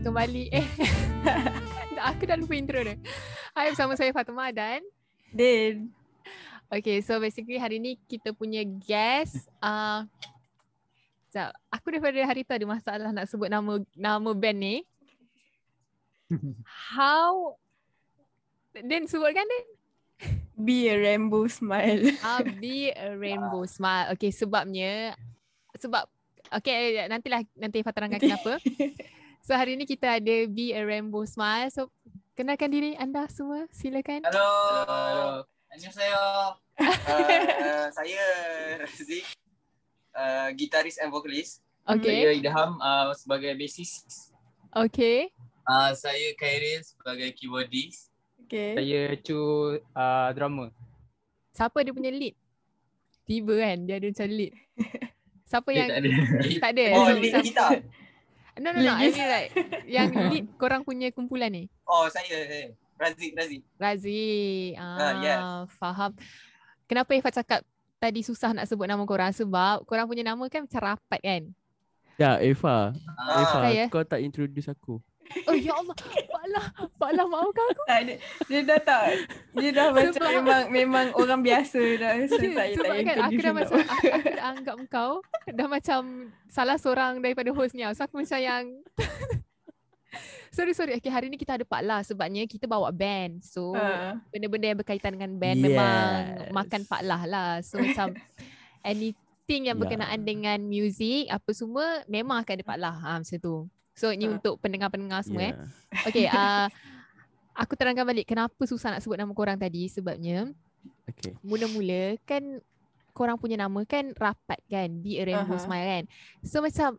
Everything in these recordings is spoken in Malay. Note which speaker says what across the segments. Speaker 1: kembali Eh Aku dah lupa intro dia Hai bersama saya Fatimah dan
Speaker 2: Din.
Speaker 1: Okay so basically hari ni kita punya guest uh, Sekejap Aku daripada hari tu ada masalah nak sebut nama nama band ni How Din sebut kan Din?
Speaker 2: Be a rainbow smile.
Speaker 1: I'll be a rainbow smile Okay sebabnya Sebab Okay nantilah Nanti Fatah terangkan
Speaker 2: Nanti.
Speaker 1: kenapa So hari ni kita ada Be a rainbow smile So kenalkan diri anda semua silakan
Speaker 3: Hello.
Speaker 4: Hello.
Speaker 3: Annyeonghaseyo. Uh, saya Razik. Uh, gitaris and vokalis.
Speaker 1: Okay
Speaker 3: Saya Idham uh, sebagai bassist.
Speaker 1: Okay
Speaker 3: Uh, saya Khairil sebagai keyboardist.
Speaker 2: Okay.
Speaker 4: Saya Chu uh, drama.
Speaker 1: Siapa dia punya lead? Tiba kan dia ada macam lead. Siapa
Speaker 3: Dia
Speaker 1: yang
Speaker 3: Eh, tak
Speaker 1: tak
Speaker 3: ada.
Speaker 1: ada?
Speaker 3: oh,
Speaker 1: So,
Speaker 3: lead
Speaker 1: siapa-
Speaker 3: gitar.
Speaker 1: No no no,
Speaker 2: Lead
Speaker 1: I mean like yang lead korang punya kumpulan ni.
Speaker 3: Oh, saya. saya. Razik, Razik.
Speaker 1: Razi. Ah,
Speaker 3: yes.
Speaker 1: faham. Kenapa Ifah cakap tadi susah nak sebut nama korang sebab korang punya nama kan macam rapat kan?
Speaker 5: Ya, Eva. Eva,
Speaker 3: Uh,
Speaker 1: Ah. Saya?
Speaker 5: kau tak introduce aku.
Speaker 1: Oh ya Allah. Paklah, paklah maafkan aku.
Speaker 2: Tak, dia, dia dah tak. Dia dah macam
Speaker 1: Sebab-
Speaker 2: memang memang orang biasa dah. So,
Speaker 1: Ya,
Speaker 2: saya tak
Speaker 1: Sebab kan
Speaker 2: introduce
Speaker 1: aku dah
Speaker 2: you
Speaker 1: macam aku, aku dah anggap kau dah macam salah seorang daripada host ni. tau. So aku macam yang Sorry sorry. Okay, hari ni kita ada Pak lah sebabnya kita bawa band. So
Speaker 2: Ha.
Speaker 1: benda-benda yang berkaitan dengan band memang
Speaker 5: Yes.
Speaker 1: makan Pak lah lah. So macam anything yang
Speaker 5: Ya.
Speaker 1: berkenaan dengan music apa semua memang akan ada Pak lah. Ha, macam tu. So ni
Speaker 2: Ha.
Speaker 5: Ya.
Speaker 1: untuk pendengar-pendengar semua eh. Okay, uh, aku terangkan balik kenapa susah nak sebut nama korang tadi sebabnya
Speaker 5: Okay.
Speaker 1: mula-mula kan korang punya nama kan rapat kan, be a rainbow
Speaker 2: Aha.
Speaker 1: smile kan. So macam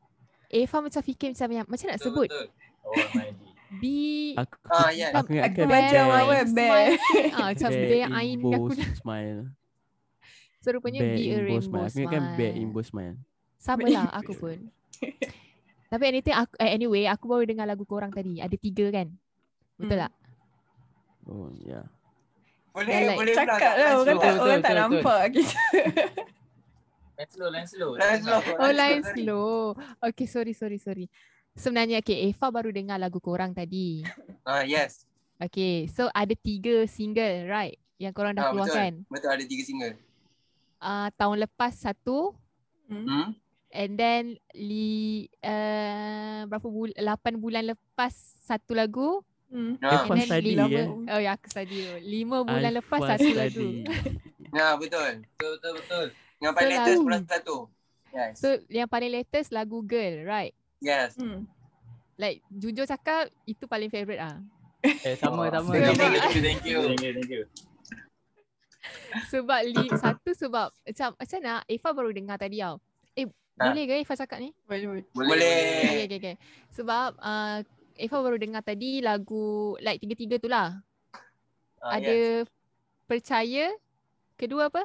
Speaker 1: Eva macam fikir macam yang, macam nak sebut
Speaker 3: Betul. Oh, my God.
Speaker 1: be
Speaker 5: Aku
Speaker 3: Ah,
Speaker 1: ya.
Speaker 3: yes.
Speaker 5: aku ingatkan
Speaker 2: Aku macam
Speaker 5: band.
Speaker 2: awal
Speaker 1: smile.
Speaker 2: band.
Speaker 1: ah, macam benda
Speaker 5: Bear
Speaker 1: yang ain
Speaker 5: in
Speaker 1: aku
Speaker 5: Bows smile.
Speaker 1: so rupanya
Speaker 5: Bear
Speaker 1: be a
Speaker 5: in Bows
Speaker 1: rainbow
Speaker 5: Aku kan ingatkan bear in
Speaker 1: smile.
Speaker 5: Bows smile.
Speaker 1: Sama
Speaker 2: Bear
Speaker 1: lah
Speaker 2: in
Speaker 1: aku
Speaker 5: Bows.
Speaker 1: pun. Tapi anything aku, eh, anyway aku baru dengar lagu korang tadi. Ada tiga kan? Betul
Speaker 2: Hmm.
Speaker 1: tak?
Speaker 5: Oh, ya.
Speaker 3: Boleh,
Speaker 1: Dah, like,
Speaker 3: boleh.
Speaker 2: Cakap lah orang tak,
Speaker 4: Betul, betul,
Speaker 2: orang tak
Speaker 4: betul,
Speaker 2: nampak kita.
Speaker 3: Line slow, line slow. Line slow.
Speaker 1: Oh line slow. Okay sorry sorry sorry. Sebenarnya okay Eva baru dengar lagu korang tadi.
Speaker 3: Uh, yes.
Speaker 1: Okay so ada tiga single right? Yang korang dah
Speaker 3: Ah,
Speaker 1: keluarkan.
Speaker 3: Betul, ada tiga single.
Speaker 1: Ah, tahun lepas satu.
Speaker 3: Hmm?
Speaker 1: And then li, uh, berapa bulan, 8 bulan lepas satu lagu.
Speaker 2: Hmm.
Speaker 3: Ah,
Speaker 1: And
Speaker 5: Eva
Speaker 1: then
Speaker 5: study
Speaker 1: lama-
Speaker 5: eh.
Speaker 1: Oh ya aku study tu. Lima bulan lepas
Speaker 5: Alpha
Speaker 1: satu lagu.
Speaker 5: study.
Speaker 3: Ya, betul. Betul, betul, betul. Dengan
Speaker 1: So,
Speaker 3: paling latest
Speaker 1: lagu-
Speaker 3: bulan satu. Yes.
Speaker 1: So yang paling latest lagu Girl right?
Speaker 3: Yes.
Speaker 2: Hmm.
Speaker 1: Like jujur cakap itu paling favourite ah.
Speaker 4: Eh sama
Speaker 3: Oh,
Speaker 4: sama.
Speaker 3: Thank you,
Speaker 1: Sama.
Speaker 3: thank you, thank you.
Speaker 1: Sebab li, satu sebab macam macam nak Ifa baru dengar tadi tau. Eh
Speaker 3: Ha.
Speaker 1: boleh ke Ifa cakap ni?
Speaker 2: Boleh, boleh.
Speaker 1: Okay
Speaker 3: Boleh.
Speaker 1: okay okay. Sebab uh, Ifa baru dengar tadi lagu like tiga-tiga tu lah.
Speaker 3: Ah,
Speaker 1: Ada
Speaker 3: yes.
Speaker 1: percaya kedua apa?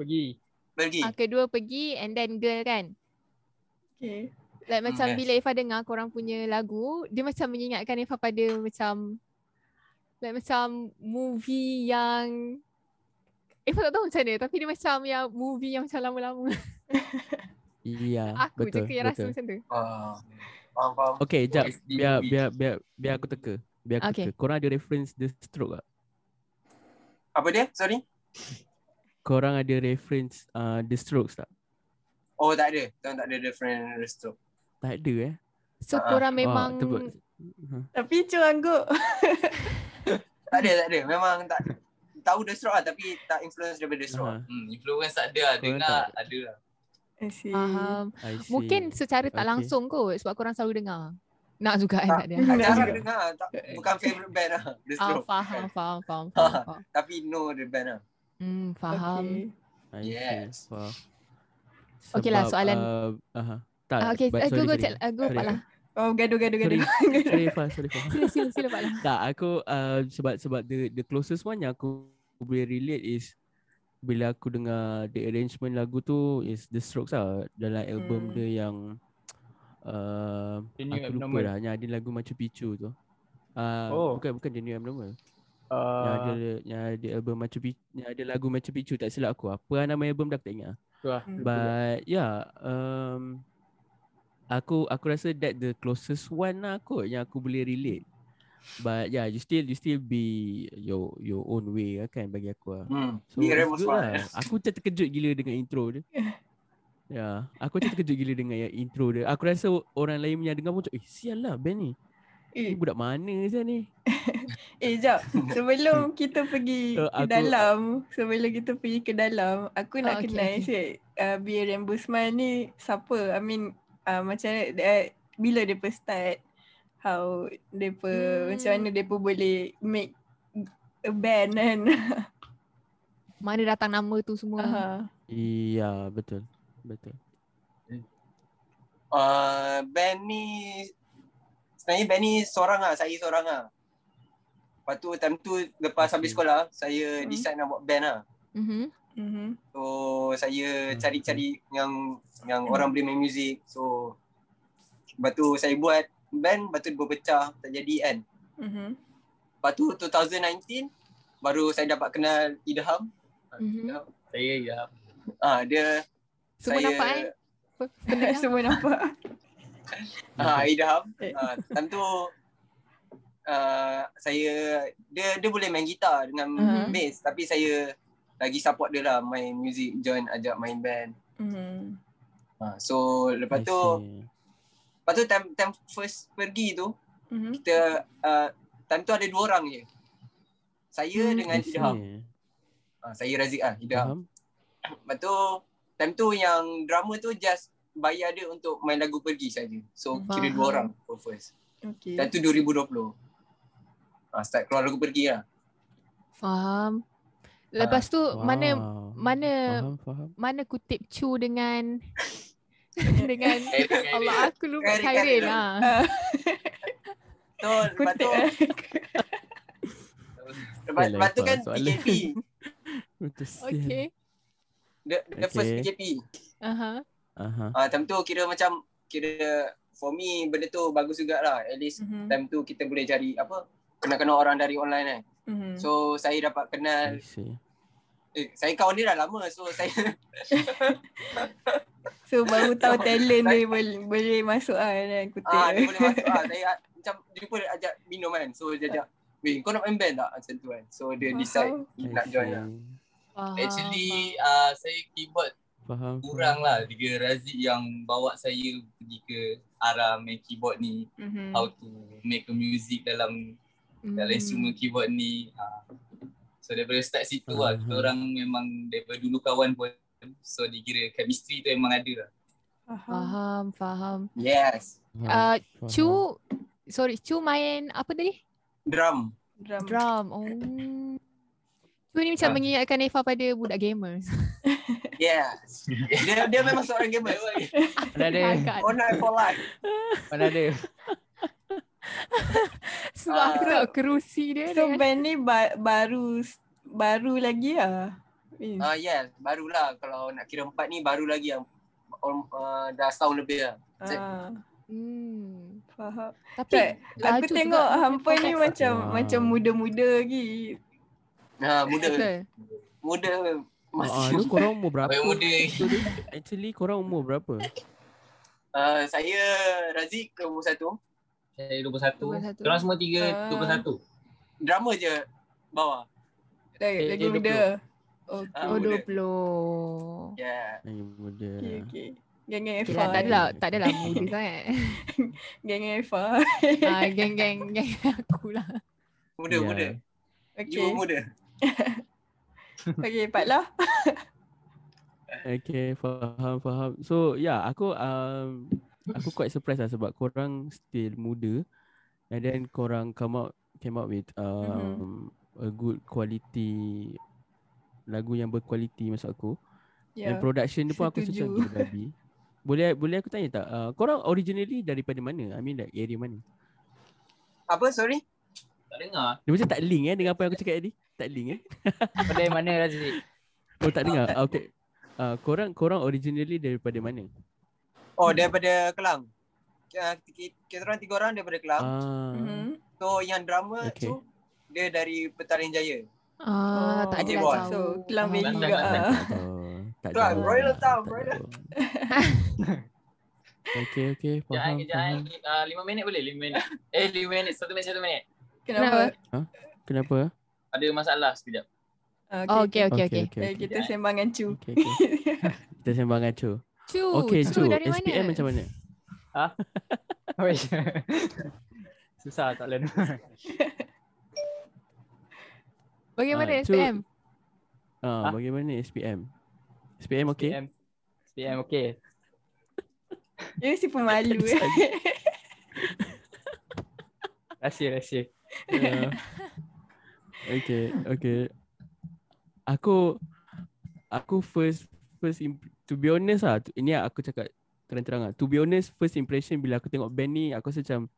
Speaker 4: Pergi.
Speaker 3: pergi.
Speaker 1: Ah, kedua pergi and then girl kan.
Speaker 2: Okay.
Speaker 1: Like
Speaker 3: Hmm,
Speaker 1: macam
Speaker 3: yes.
Speaker 1: bila Ifah dengar korang punya lagu, dia macam mengingatkan Ifah pada macam like macam movie yang Ifah tak tahu macam mana tapi dia macam yang movie yang macam lama-lama.
Speaker 5: Ya,
Speaker 1: Aku
Speaker 5: betul.
Speaker 1: je yang rasa
Speaker 5: betul.
Speaker 1: macam tu.
Speaker 3: Ah. Faham, faham.
Speaker 5: Okay, jap.
Speaker 3: Yes, the
Speaker 5: Biar
Speaker 3: movie.
Speaker 5: biar biar biar aku teka. Biar aku
Speaker 1: Okay.
Speaker 5: teka. Korang ada reference The Stroke tak?
Speaker 3: Apa dia? Sorry?
Speaker 5: Korang ada reference uh, The Strokes tak?
Speaker 3: Oh, tak ada. Tuan tak ada different resto.
Speaker 5: Tak ada eh.
Speaker 1: So
Speaker 3: Ah,
Speaker 1: korang
Speaker 5: Wah,
Speaker 1: memang
Speaker 5: terbuat-
Speaker 2: Tapi cuangguk.
Speaker 3: Tak ada, tak ada. Memang tak tahu The Stroke lah tapi tak influence daripada The Stroke.
Speaker 5: Ah.
Speaker 3: Hmm, influence tak ada lah.
Speaker 5: Korang Dengar tak
Speaker 3: ada lah.
Speaker 2: Asyik.
Speaker 1: faham.
Speaker 5: I see.
Speaker 1: Mungkin secara tak
Speaker 5: Okay.
Speaker 1: langsung kot sebab korang selalu dengar. Nak juga kan tak ada.
Speaker 3: Tak
Speaker 2: Tak
Speaker 3: jarang
Speaker 5: ada.
Speaker 3: dengar. Tak, bukan favourite band lah The
Speaker 1: Ah,
Speaker 3: Stroke.
Speaker 1: faham, faham, faham, faham, faham.
Speaker 3: Tapi no the band lah.
Speaker 1: Hmm, faham.
Speaker 2: Okay.
Speaker 5: I see.
Speaker 3: Yes.
Speaker 5: Wow.
Speaker 1: Okay lah,
Speaker 5: Sebab,
Speaker 1: soalan-
Speaker 5: Uh, aha. Tak.
Speaker 1: Ah, okay,
Speaker 5: but
Speaker 1: uh, go
Speaker 5: sorry,
Speaker 1: go
Speaker 5: sorry.
Speaker 1: chat, uh, go
Speaker 5: Sorry.
Speaker 1: Pak lah.
Speaker 2: Oh, gaduh-gaduh-gaduh.
Speaker 5: Sorry Fah, sorry Fah.
Speaker 1: Sila, sila, sila Pak lah.
Speaker 5: tak, aku uh, sebab sebab the the closest one yang aku boleh relate is bila aku dengar the arrangement lagu tu is The Strokes lah dalam
Speaker 2: Hmm.
Speaker 5: album dia yang uh,
Speaker 4: The New
Speaker 5: aku lupa
Speaker 4: Abnormal.
Speaker 5: dah yang ada lagu macam Pichu tu. Uh,
Speaker 4: Oh.
Speaker 5: oh. bukan bukan The New Abnormal. Yang ada
Speaker 4: Uh,
Speaker 5: yang ada album macam Pichu, yang ada lagu macam Pichu tak silap aku. Apa lah nama album dah aku tak ingat.
Speaker 4: tu lah.
Speaker 2: Hmm.
Speaker 5: But yeah, um, aku aku rasa that the closest one lah kot yang aku boleh relate. But yeah, you still you still be your your own way lah kan bagi aku lah.
Speaker 3: Hmm.
Speaker 5: So
Speaker 3: Ni
Speaker 5: it's
Speaker 3: Ramos
Speaker 5: good lah.
Speaker 3: Suarez.
Speaker 5: Aku macam terkejut gila dengan intro dia. Ya, yeah. aku macam terkejut gila dengan yang intro dia. Aku rasa orang lain yang dengar pun macam, eh sial lah band ni. Ni
Speaker 2: Eh,
Speaker 5: budak mana je ni?
Speaker 2: eh jap. Sebelum kita pergi
Speaker 5: So,
Speaker 2: ke
Speaker 5: aku-
Speaker 2: dalam, sebelum kita pergi ke dalam, aku
Speaker 1: Ah,
Speaker 2: nak
Speaker 1: okay,
Speaker 2: kenal
Speaker 1: okay.
Speaker 2: okay. uh, B. Rambusman ni siapa? I mean, uh, macam uh, bila dia start, how dia
Speaker 1: Hmm.
Speaker 2: hmm. macam mana dia boleh make a band kan?
Speaker 1: Mana datang nama tu semua. Uh-huh.
Speaker 2: Aha.
Speaker 5: Iya, Ya, betul. Betul.
Speaker 3: Uh, band ni sebenarnya band ni seorang ah, saya seorang ah. Lepas tu time tu lepas
Speaker 5: Okay.
Speaker 3: habis sekolah, saya
Speaker 2: Hmm.
Speaker 3: decide nak buat band ah.
Speaker 1: Mm-hmm.
Speaker 2: Mhm.
Speaker 3: So saya
Speaker 5: Hmm.
Speaker 3: cari-cari yang yang orang boleh main muzik. So lepas tu saya buat band, lepas tu berpecah, tak jadi kan.
Speaker 2: Mhm.
Speaker 3: Lepas tu 2019 baru saya dapat kenal Idham.
Speaker 1: Mhm.
Speaker 3: Idham.
Speaker 4: Saya ya.
Speaker 3: Ah dia
Speaker 1: Semua
Speaker 3: saya,
Speaker 1: nampak eh. Pe- pendengar.
Speaker 2: Semua nampak.
Speaker 3: Ah Idham.
Speaker 2: Eh.
Speaker 3: Ah time tu ah, saya dia dia boleh main gitar dengan
Speaker 2: Mhm.
Speaker 3: bass tapi saya lagi support dia lah main music join ajak main band.
Speaker 2: Mhm.
Speaker 3: Ah so lepas
Speaker 5: I
Speaker 3: tu
Speaker 5: see.
Speaker 3: lepas tu time time first pergi tu
Speaker 2: Mhm.
Speaker 3: kita ah, time tu ada dua orang je. Saya
Speaker 2: Hmm.
Speaker 3: dengan
Speaker 5: I see.
Speaker 3: Idham. Ah saya Razik ah Idham.
Speaker 5: Faham?
Speaker 3: Lepas tu time tu yang drama tu just bayar dia untuk main lagu pergi saja. So kira dua
Speaker 1: Faham.
Speaker 3: orang for first.
Speaker 2: Okay.
Speaker 3: Time tu 2020. Ah start keluar lagu pergi lah.
Speaker 1: Faham. Lepas tu wow. mana
Speaker 5: Wow.
Speaker 1: mana
Speaker 5: Faham, faham.
Speaker 1: mana kutip Chu dengan dengan Allah aku lupa
Speaker 3: Kairin,
Speaker 1: Kairin
Speaker 3: Kairin.
Speaker 1: ah.
Speaker 3: So lepas tu
Speaker 2: eh.
Speaker 3: lepas,
Speaker 5: Yalah, lah
Speaker 3: lepas tu kan
Speaker 5: soalan.
Speaker 3: PKP.
Speaker 5: Betul sial.
Speaker 1: Okay. Uh-huh.
Speaker 3: The, the
Speaker 5: Okay.
Speaker 3: first PKP.
Speaker 1: Aha.
Speaker 5: Aha.
Speaker 3: Ah time tu kira macam kira for me benda tu bagus jugalah. At least
Speaker 2: Mhm.
Speaker 3: time tu kita boleh cari apa kena-kena orang dari online kan.
Speaker 2: Mhm.
Speaker 3: So saya dapat kenal
Speaker 5: I see. Hmm.
Speaker 3: eh saya kawan dia dah lama so saya
Speaker 2: So baru tahu talent dia boleh, boleh masuk lah kan kutip.
Speaker 3: Ah, dia boleh masuk ah. Saya ah, macam dia pun ajak minum kan. So dia ajak, "Weh, kau nak main band tak?" macam tu kan. So dia
Speaker 2: Faham.
Speaker 3: decide
Speaker 5: I
Speaker 3: nak join
Speaker 5: see.
Speaker 3: lah. ah,
Speaker 1: Faham.
Speaker 6: Actually uh, saya keyboard
Speaker 5: Faham.
Speaker 6: kurang lah Dia Razik yang bawa saya pergi ke arah main keyboard ni
Speaker 2: Mhm.
Speaker 3: Mm-hmm.
Speaker 6: How to make a music dalam
Speaker 1: Hmm. Faham.
Speaker 6: dalam instrumen keyboard ni uh. So daripada start situ lah Kita
Speaker 5: Faham.
Speaker 6: orang memang daripada dulu kawan pun So dikira chemistry tu memang ada lah
Speaker 2: Faham.
Speaker 1: Faham, faham.
Speaker 3: Yes.
Speaker 1: Ah,
Speaker 5: faham.
Speaker 1: Chu sorry, Chu main apa tadi?
Speaker 3: Drum.
Speaker 2: Drum.
Speaker 1: Drum. Oh. Chu ni macam
Speaker 6: Ah.
Speaker 1: mengingatkan Eva pada budak gamers.
Speaker 3: Yes. dia dia memang seorang gamer.
Speaker 4: Mana ada?
Speaker 1: Agak.
Speaker 2: Oh,
Speaker 3: On lah. night for life.
Speaker 4: Mana ada?
Speaker 1: Sebab
Speaker 3: Ah.
Speaker 1: aku tengok kerusi dia. kan.
Speaker 2: So
Speaker 1: dengan-
Speaker 2: band ni ba- baru baru lagi lah. Eh,
Speaker 3: Ah, yes. Barulah kalau nak kira empat ni baru lagi yang uh, dah setahun lebih lah.
Speaker 2: ah,
Speaker 1: hmm.
Speaker 2: faham.
Speaker 1: Tapi ah,
Speaker 2: Tak, aku
Speaker 1: laju
Speaker 2: tengok
Speaker 1: juga.
Speaker 2: hampa ni
Speaker 1: Flex.
Speaker 2: macam
Speaker 5: Wow.
Speaker 2: macam muda-muda lagi.
Speaker 3: Ha, muda.
Speaker 1: Betul.
Speaker 3: Muda
Speaker 5: Ah,
Speaker 3: masih.
Speaker 5: tu korang umur berapa?
Speaker 6: Sampai muda
Speaker 5: Actually korang umur berapa?
Speaker 3: Ah, saya Razik ke umur satu.
Speaker 6: Saya 21
Speaker 1: 21.
Speaker 6: Korang semua
Speaker 2: Ah.
Speaker 6: tiga 21
Speaker 3: Drama je bawah.
Speaker 2: Lagi,
Speaker 4: Eh,
Speaker 2: lagi
Speaker 4: eh,
Speaker 2: muda.
Speaker 3: Ah,
Speaker 1: Oh,
Speaker 2: Okay.
Speaker 3: muda.
Speaker 1: 20.
Speaker 3: Yeah.
Speaker 5: Ay, muda.
Speaker 2: Okay, okay. Geng
Speaker 1: Okay lah,
Speaker 2: Efa.
Speaker 1: tak
Speaker 5: Fine.
Speaker 1: adalah, tak adalah muda sangat.
Speaker 2: Geng Efa.
Speaker 1: Ah, geng-geng geng aku lah.
Speaker 3: Muda,
Speaker 6: Ya.
Speaker 5: Yeah.
Speaker 3: muda. You
Speaker 2: Okay.
Speaker 3: muda.
Speaker 2: Okay, Pak Lah.
Speaker 5: Okay, faham, faham. So, yeah, aku um, aku quite surprised lah sebab korang still muda and then korang come out came out with
Speaker 1: Mm-hmm.
Speaker 5: um, a good quality lagu yang berkualiti maksud aku. Yeah. And
Speaker 2: Ya.
Speaker 5: production dia pun aku rasa
Speaker 2: Setuju.
Speaker 5: macam gila babi. Boleh boleh aku tanya tak? Uh, korang originally daripada mana? I mean like area mana?
Speaker 3: Apa sorry?
Speaker 6: Tak dengar
Speaker 5: Dia macam tak link eh dengan apa yang aku cakap tadi. Tak link eh.
Speaker 4: Pada mana Razik?
Speaker 5: Oh tak dengar. Ah, Okay. Uh, korang korang originally daripada mana?
Speaker 3: Oh, daripada Kelang. Ah, ki- Kita orang tiga orang daripada Kelang.
Speaker 5: Ah.
Speaker 2: Mhm.
Speaker 3: So yang drama
Speaker 5: Okay.
Speaker 3: okay. tu dia dari Petaling Jaya.
Speaker 1: Ah, tak
Speaker 3: Adik
Speaker 1: adalah
Speaker 3: boy.
Speaker 1: jauh.
Speaker 2: Oh, So, Kelang
Speaker 1: Ah.
Speaker 2: Valley
Speaker 6: Kelang
Speaker 2: juga
Speaker 6: Valley.
Speaker 2: lah.
Speaker 5: Oh, tak
Speaker 3: Kelang,
Speaker 5: jauh
Speaker 3: Royal
Speaker 5: lah,
Speaker 3: Town,
Speaker 5: tak
Speaker 3: Royal
Speaker 5: jauh. Okay, okay.
Speaker 4: Kejap,
Speaker 5: Faham,
Speaker 4: kejap.
Speaker 5: faham.
Speaker 4: Uh, lima minit boleh? Lima minit. Eh, lima minit. Satu minit, satu minit.
Speaker 1: Oh,
Speaker 2: Kenapa?
Speaker 5: Kenapa?
Speaker 4: Ada masalah sekejap.
Speaker 2: Ah,
Speaker 1: Oh, okay, okay, okay.
Speaker 5: okay.
Speaker 2: Eh,
Speaker 5: okay, okay.
Speaker 2: kita sembang dengan Chu.
Speaker 5: okay, okay. Kita sembang ngacu.
Speaker 1: Chu,
Speaker 5: Okay,
Speaker 1: Chu,
Speaker 5: Cu.
Speaker 1: dari
Speaker 5: SPM
Speaker 1: mana?
Speaker 5: macam mana?
Speaker 6: Oh,
Speaker 4: Susah tak boleh.
Speaker 1: Bagaimana
Speaker 5: Ah, Cu,
Speaker 1: SPM?
Speaker 5: Ah,
Speaker 4: Ah?
Speaker 5: bagaimana SPM? SPM okay?
Speaker 4: PM. PM okey.
Speaker 2: Dia si pemalu.
Speaker 4: Rahsia, rahsia.
Speaker 5: Ya. okay, okay. Aku aku first first imp- to be honest lah, tu- ini aku cakap terang-terang lah. To be honest, first impression bila aku tengok band ni, aku rasa macam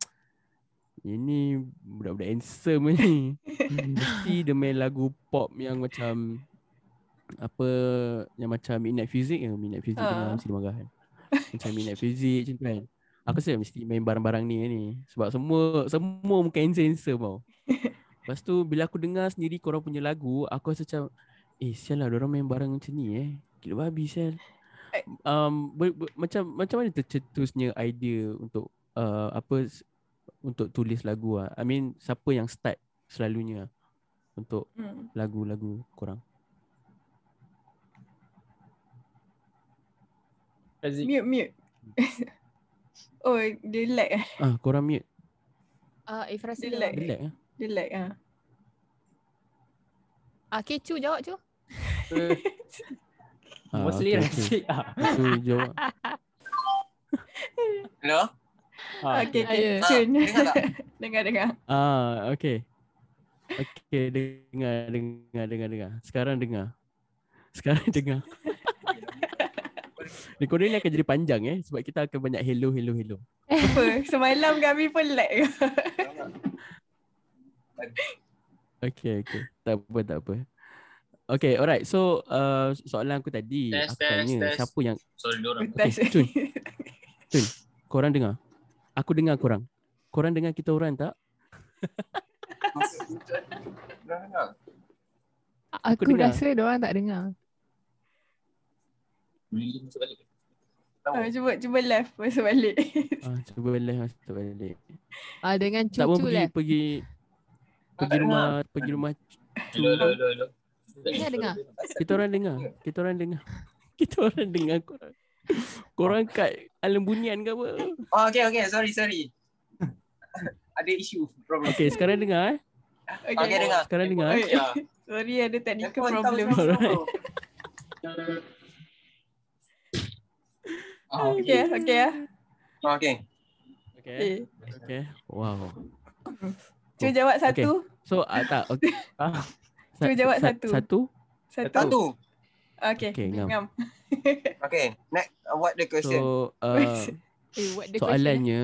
Speaker 5: ini budak-budak handsome ni. Mesti dia main lagu pop yang macam apa yang macam minat fizik yang minat fizik
Speaker 2: Ah.
Speaker 5: uh. mesti dia marah kan. Macam minat fizik macam tu kan. Aku rasa mesti main barang-barang ni ni. Sebab semua semua muka handsome tau. Lepas tu bila aku dengar sendiri korang punya lagu, aku rasa macam eh sial lah orang main barang macam ni eh. Gila babi sial.
Speaker 2: Eh.
Speaker 5: Um, ber, ber, macam macam mana tercetusnya idea untuk uh, apa s- untuk tulis lagu ah. I mean siapa yang start selalunya ah untuk
Speaker 2: Hmm.
Speaker 5: lagu-lagu korang?
Speaker 4: Razi.
Speaker 2: Mute, mute. oh, dia lag eh.
Speaker 5: Ah, korang mute.
Speaker 1: Ah, Ifra
Speaker 2: Dia
Speaker 1: sila.
Speaker 2: lag.
Speaker 5: Relax ah.
Speaker 2: Dia lag ah.
Speaker 1: Ah, okay, Chu jawab Chu.
Speaker 5: Ah,
Speaker 4: Mostly
Speaker 5: okay, okay.
Speaker 4: Razi. Ah.
Speaker 5: Aku jawab.
Speaker 3: Hello?
Speaker 4: Ah.
Speaker 2: Okay, okay.
Speaker 1: Ayuh.
Speaker 3: Ah,
Speaker 2: Cun.
Speaker 3: dengar tak?
Speaker 2: dengar, dengar.
Speaker 5: Ah, okay. Okay, dengar, dengar, dengar, dengar. Sekarang dengar. Sekarang dengar. Recording ni akan jadi panjang eh sebab kita akan banyak hello hello hello.
Speaker 2: Apa? Semalam kami pun lag.
Speaker 5: Okay, okay. Tak apa, tak apa. Okay, alright. So, uh, soalan aku tadi,
Speaker 6: Test,
Speaker 5: aku
Speaker 6: test,
Speaker 5: tanya
Speaker 6: test.
Speaker 5: siapa yang
Speaker 6: Sorry diorang.
Speaker 2: Betas.
Speaker 5: Okay, Cun. korang dengar? Aku dengar korang. Korang dengar kita orang tak?
Speaker 1: Aku,
Speaker 5: dengar.
Speaker 1: rasa dia orang tak dengar.
Speaker 6: Really masuk balik.
Speaker 2: Ah, cuba cuba left masuk balik.
Speaker 5: Ah, cuba live masuk balik.
Speaker 1: Ah, dengan Chu
Speaker 5: Tak pun
Speaker 1: Chu
Speaker 5: pergi
Speaker 1: lah.
Speaker 5: pergi pergi rumah pergi rumah
Speaker 6: Hello, hello, hello, hello.
Speaker 1: Dengar, dengar.
Speaker 5: kita orang dengar. Kita orang dengar. Kita orang dengar korang. Korang kat Alam Bunian ke apa?
Speaker 3: Oh, okay, okay. Sorry, sorry. Ada isu. Problem.
Speaker 5: Okay, sekarang dengar eh.
Speaker 2: Okay.
Speaker 3: Okay, dengar.
Speaker 5: Sekarang dengar. eh.
Speaker 2: Okay.
Speaker 3: Ya.
Speaker 2: Sorry ada technical
Speaker 3: Handphone
Speaker 2: problem.
Speaker 3: kau macam apa?
Speaker 6: Ah,
Speaker 2: Okay, okay ah.
Speaker 3: Ah, Okay.
Speaker 5: Okay.
Speaker 2: Okay.
Speaker 5: Okay. Wow.
Speaker 2: Cuba jawab satu.
Speaker 5: So, ah, tak. Okay.
Speaker 4: Ah.
Speaker 5: Sa-
Speaker 2: Cuba jawab
Speaker 5: sa-
Speaker 2: satu.
Speaker 5: Satu.
Speaker 2: Satu.
Speaker 3: Satu.
Speaker 2: Okay.
Speaker 5: Okay, ngam.
Speaker 2: Ngam.
Speaker 3: Okay. Next, uh, what the question?
Speaker 5: So, uh,
Speaker 1: Eh, what the question?
Speaker 5: soalannya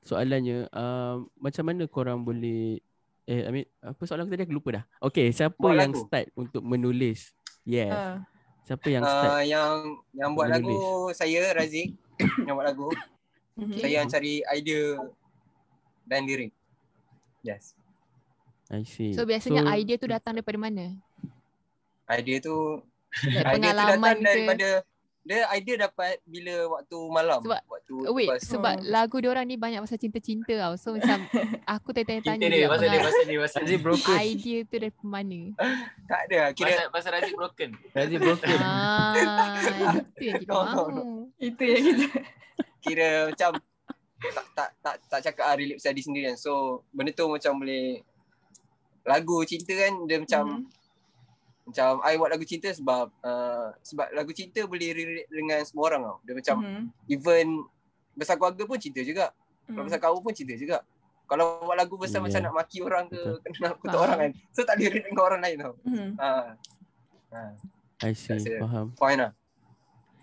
Speaker 5: soalannya um, macam mana korang boleh eh I mean apa soalan aku tadi aku lupa dah. Okay, siapa
Speaker 3: Buat
Speaker 5: yang
Speaker 3: lagu.
Speaker 5: start untuk menulis? Yes. Uh,
Speaker 2: Ah.
Speaker 5: siapa yang start?
Speaker 3: Uh, yang yang buat lagu
Speaker 5: Menulis.
Speaker 3: saya Razik yang buat lagu
Speaker 2: Mhm.
Speaker 3: saya
Speaker 1: Hmm.
Speaker 3: yang cari idea dan lirik yes
Speaker 5: I see.
Speaker 1: So biasanya so, idea tu datang daripada mana?
Speaker 3: idea tu
Speaker 1: Dari
Speaker 3: idea tu
Speaker 1: pengalaman
Speaker 3: datang
Speaker 1: ke?
Speaker 3: daripada dia idea dapat bila waktu malam
Speaker 1: Sebab-
Speaker 3: waktu
Speaker 1: Oh, Wait,
Speaker 3: lepas-
Speaker 1: sebab
Speaker 2: Hmm.
Speaker 1: lagu diorang ni banyak pasal cinta-cinta tau. So macam aku
Speaker 6: Kita
Speaker 1: tertanya-tanya
Speaker 6: dia,
Speaker 1: juga
Speaker 6: pasal dia,
Speaker 1: pengal-
Speaker 6: pasal dia, pasal
Speaker 4: Razi
Speaker 6: dia.
Speaker 4: broken.
Speaker 1: idea tu dari mana.
Speaker 3: tak ada lah, kira
Speaker 6: Pasal, pasal Razi broken.
Speaker 4: Razi broken.
Speaker 1: Ah, itu yang kita
Speaker 3: No, no,
Speaker 1: mahu.
Speaker 3: no.
Speaker 2: Mhm. Itu yang kita.
Speaker 3: kira macam tak tak tak tak cakap ah, relate pasal diri sendiri kan so benda tu macam boleh lagu cinta kan dia macam
Speaker 2: Mhm.
Speaker 1: Hmm.
Speaker 3: macam I buat lagu cinta sebab uh, sebab lagu cinta boleh relate dengan semua orang tau dia
Speaker 1: Hmm.
Speaker 3: macam
Speaker 2: Mhm.
Speaker 3: even besar keluarga pun cinta juga.
Speaker 2: Mhm.
Speaker 3: Kalau besar kawan pun cinta juga. Kalau buat lagu besar
Speaker 5: Ya.
Speaker 3: macam nak maki orang ke, nak kutuk
Speaker 2: Ah.
Speaker 1: Faham.
Speaker 3: orang kan. So tak lirik dengan orang lain tau.
Speaker 2: Mhm.
Speaker 3: Ha,
Speaker 5: I see.
Speaker 3: That's it.
Speaker 5: Faham.
Speaker 3: point lah.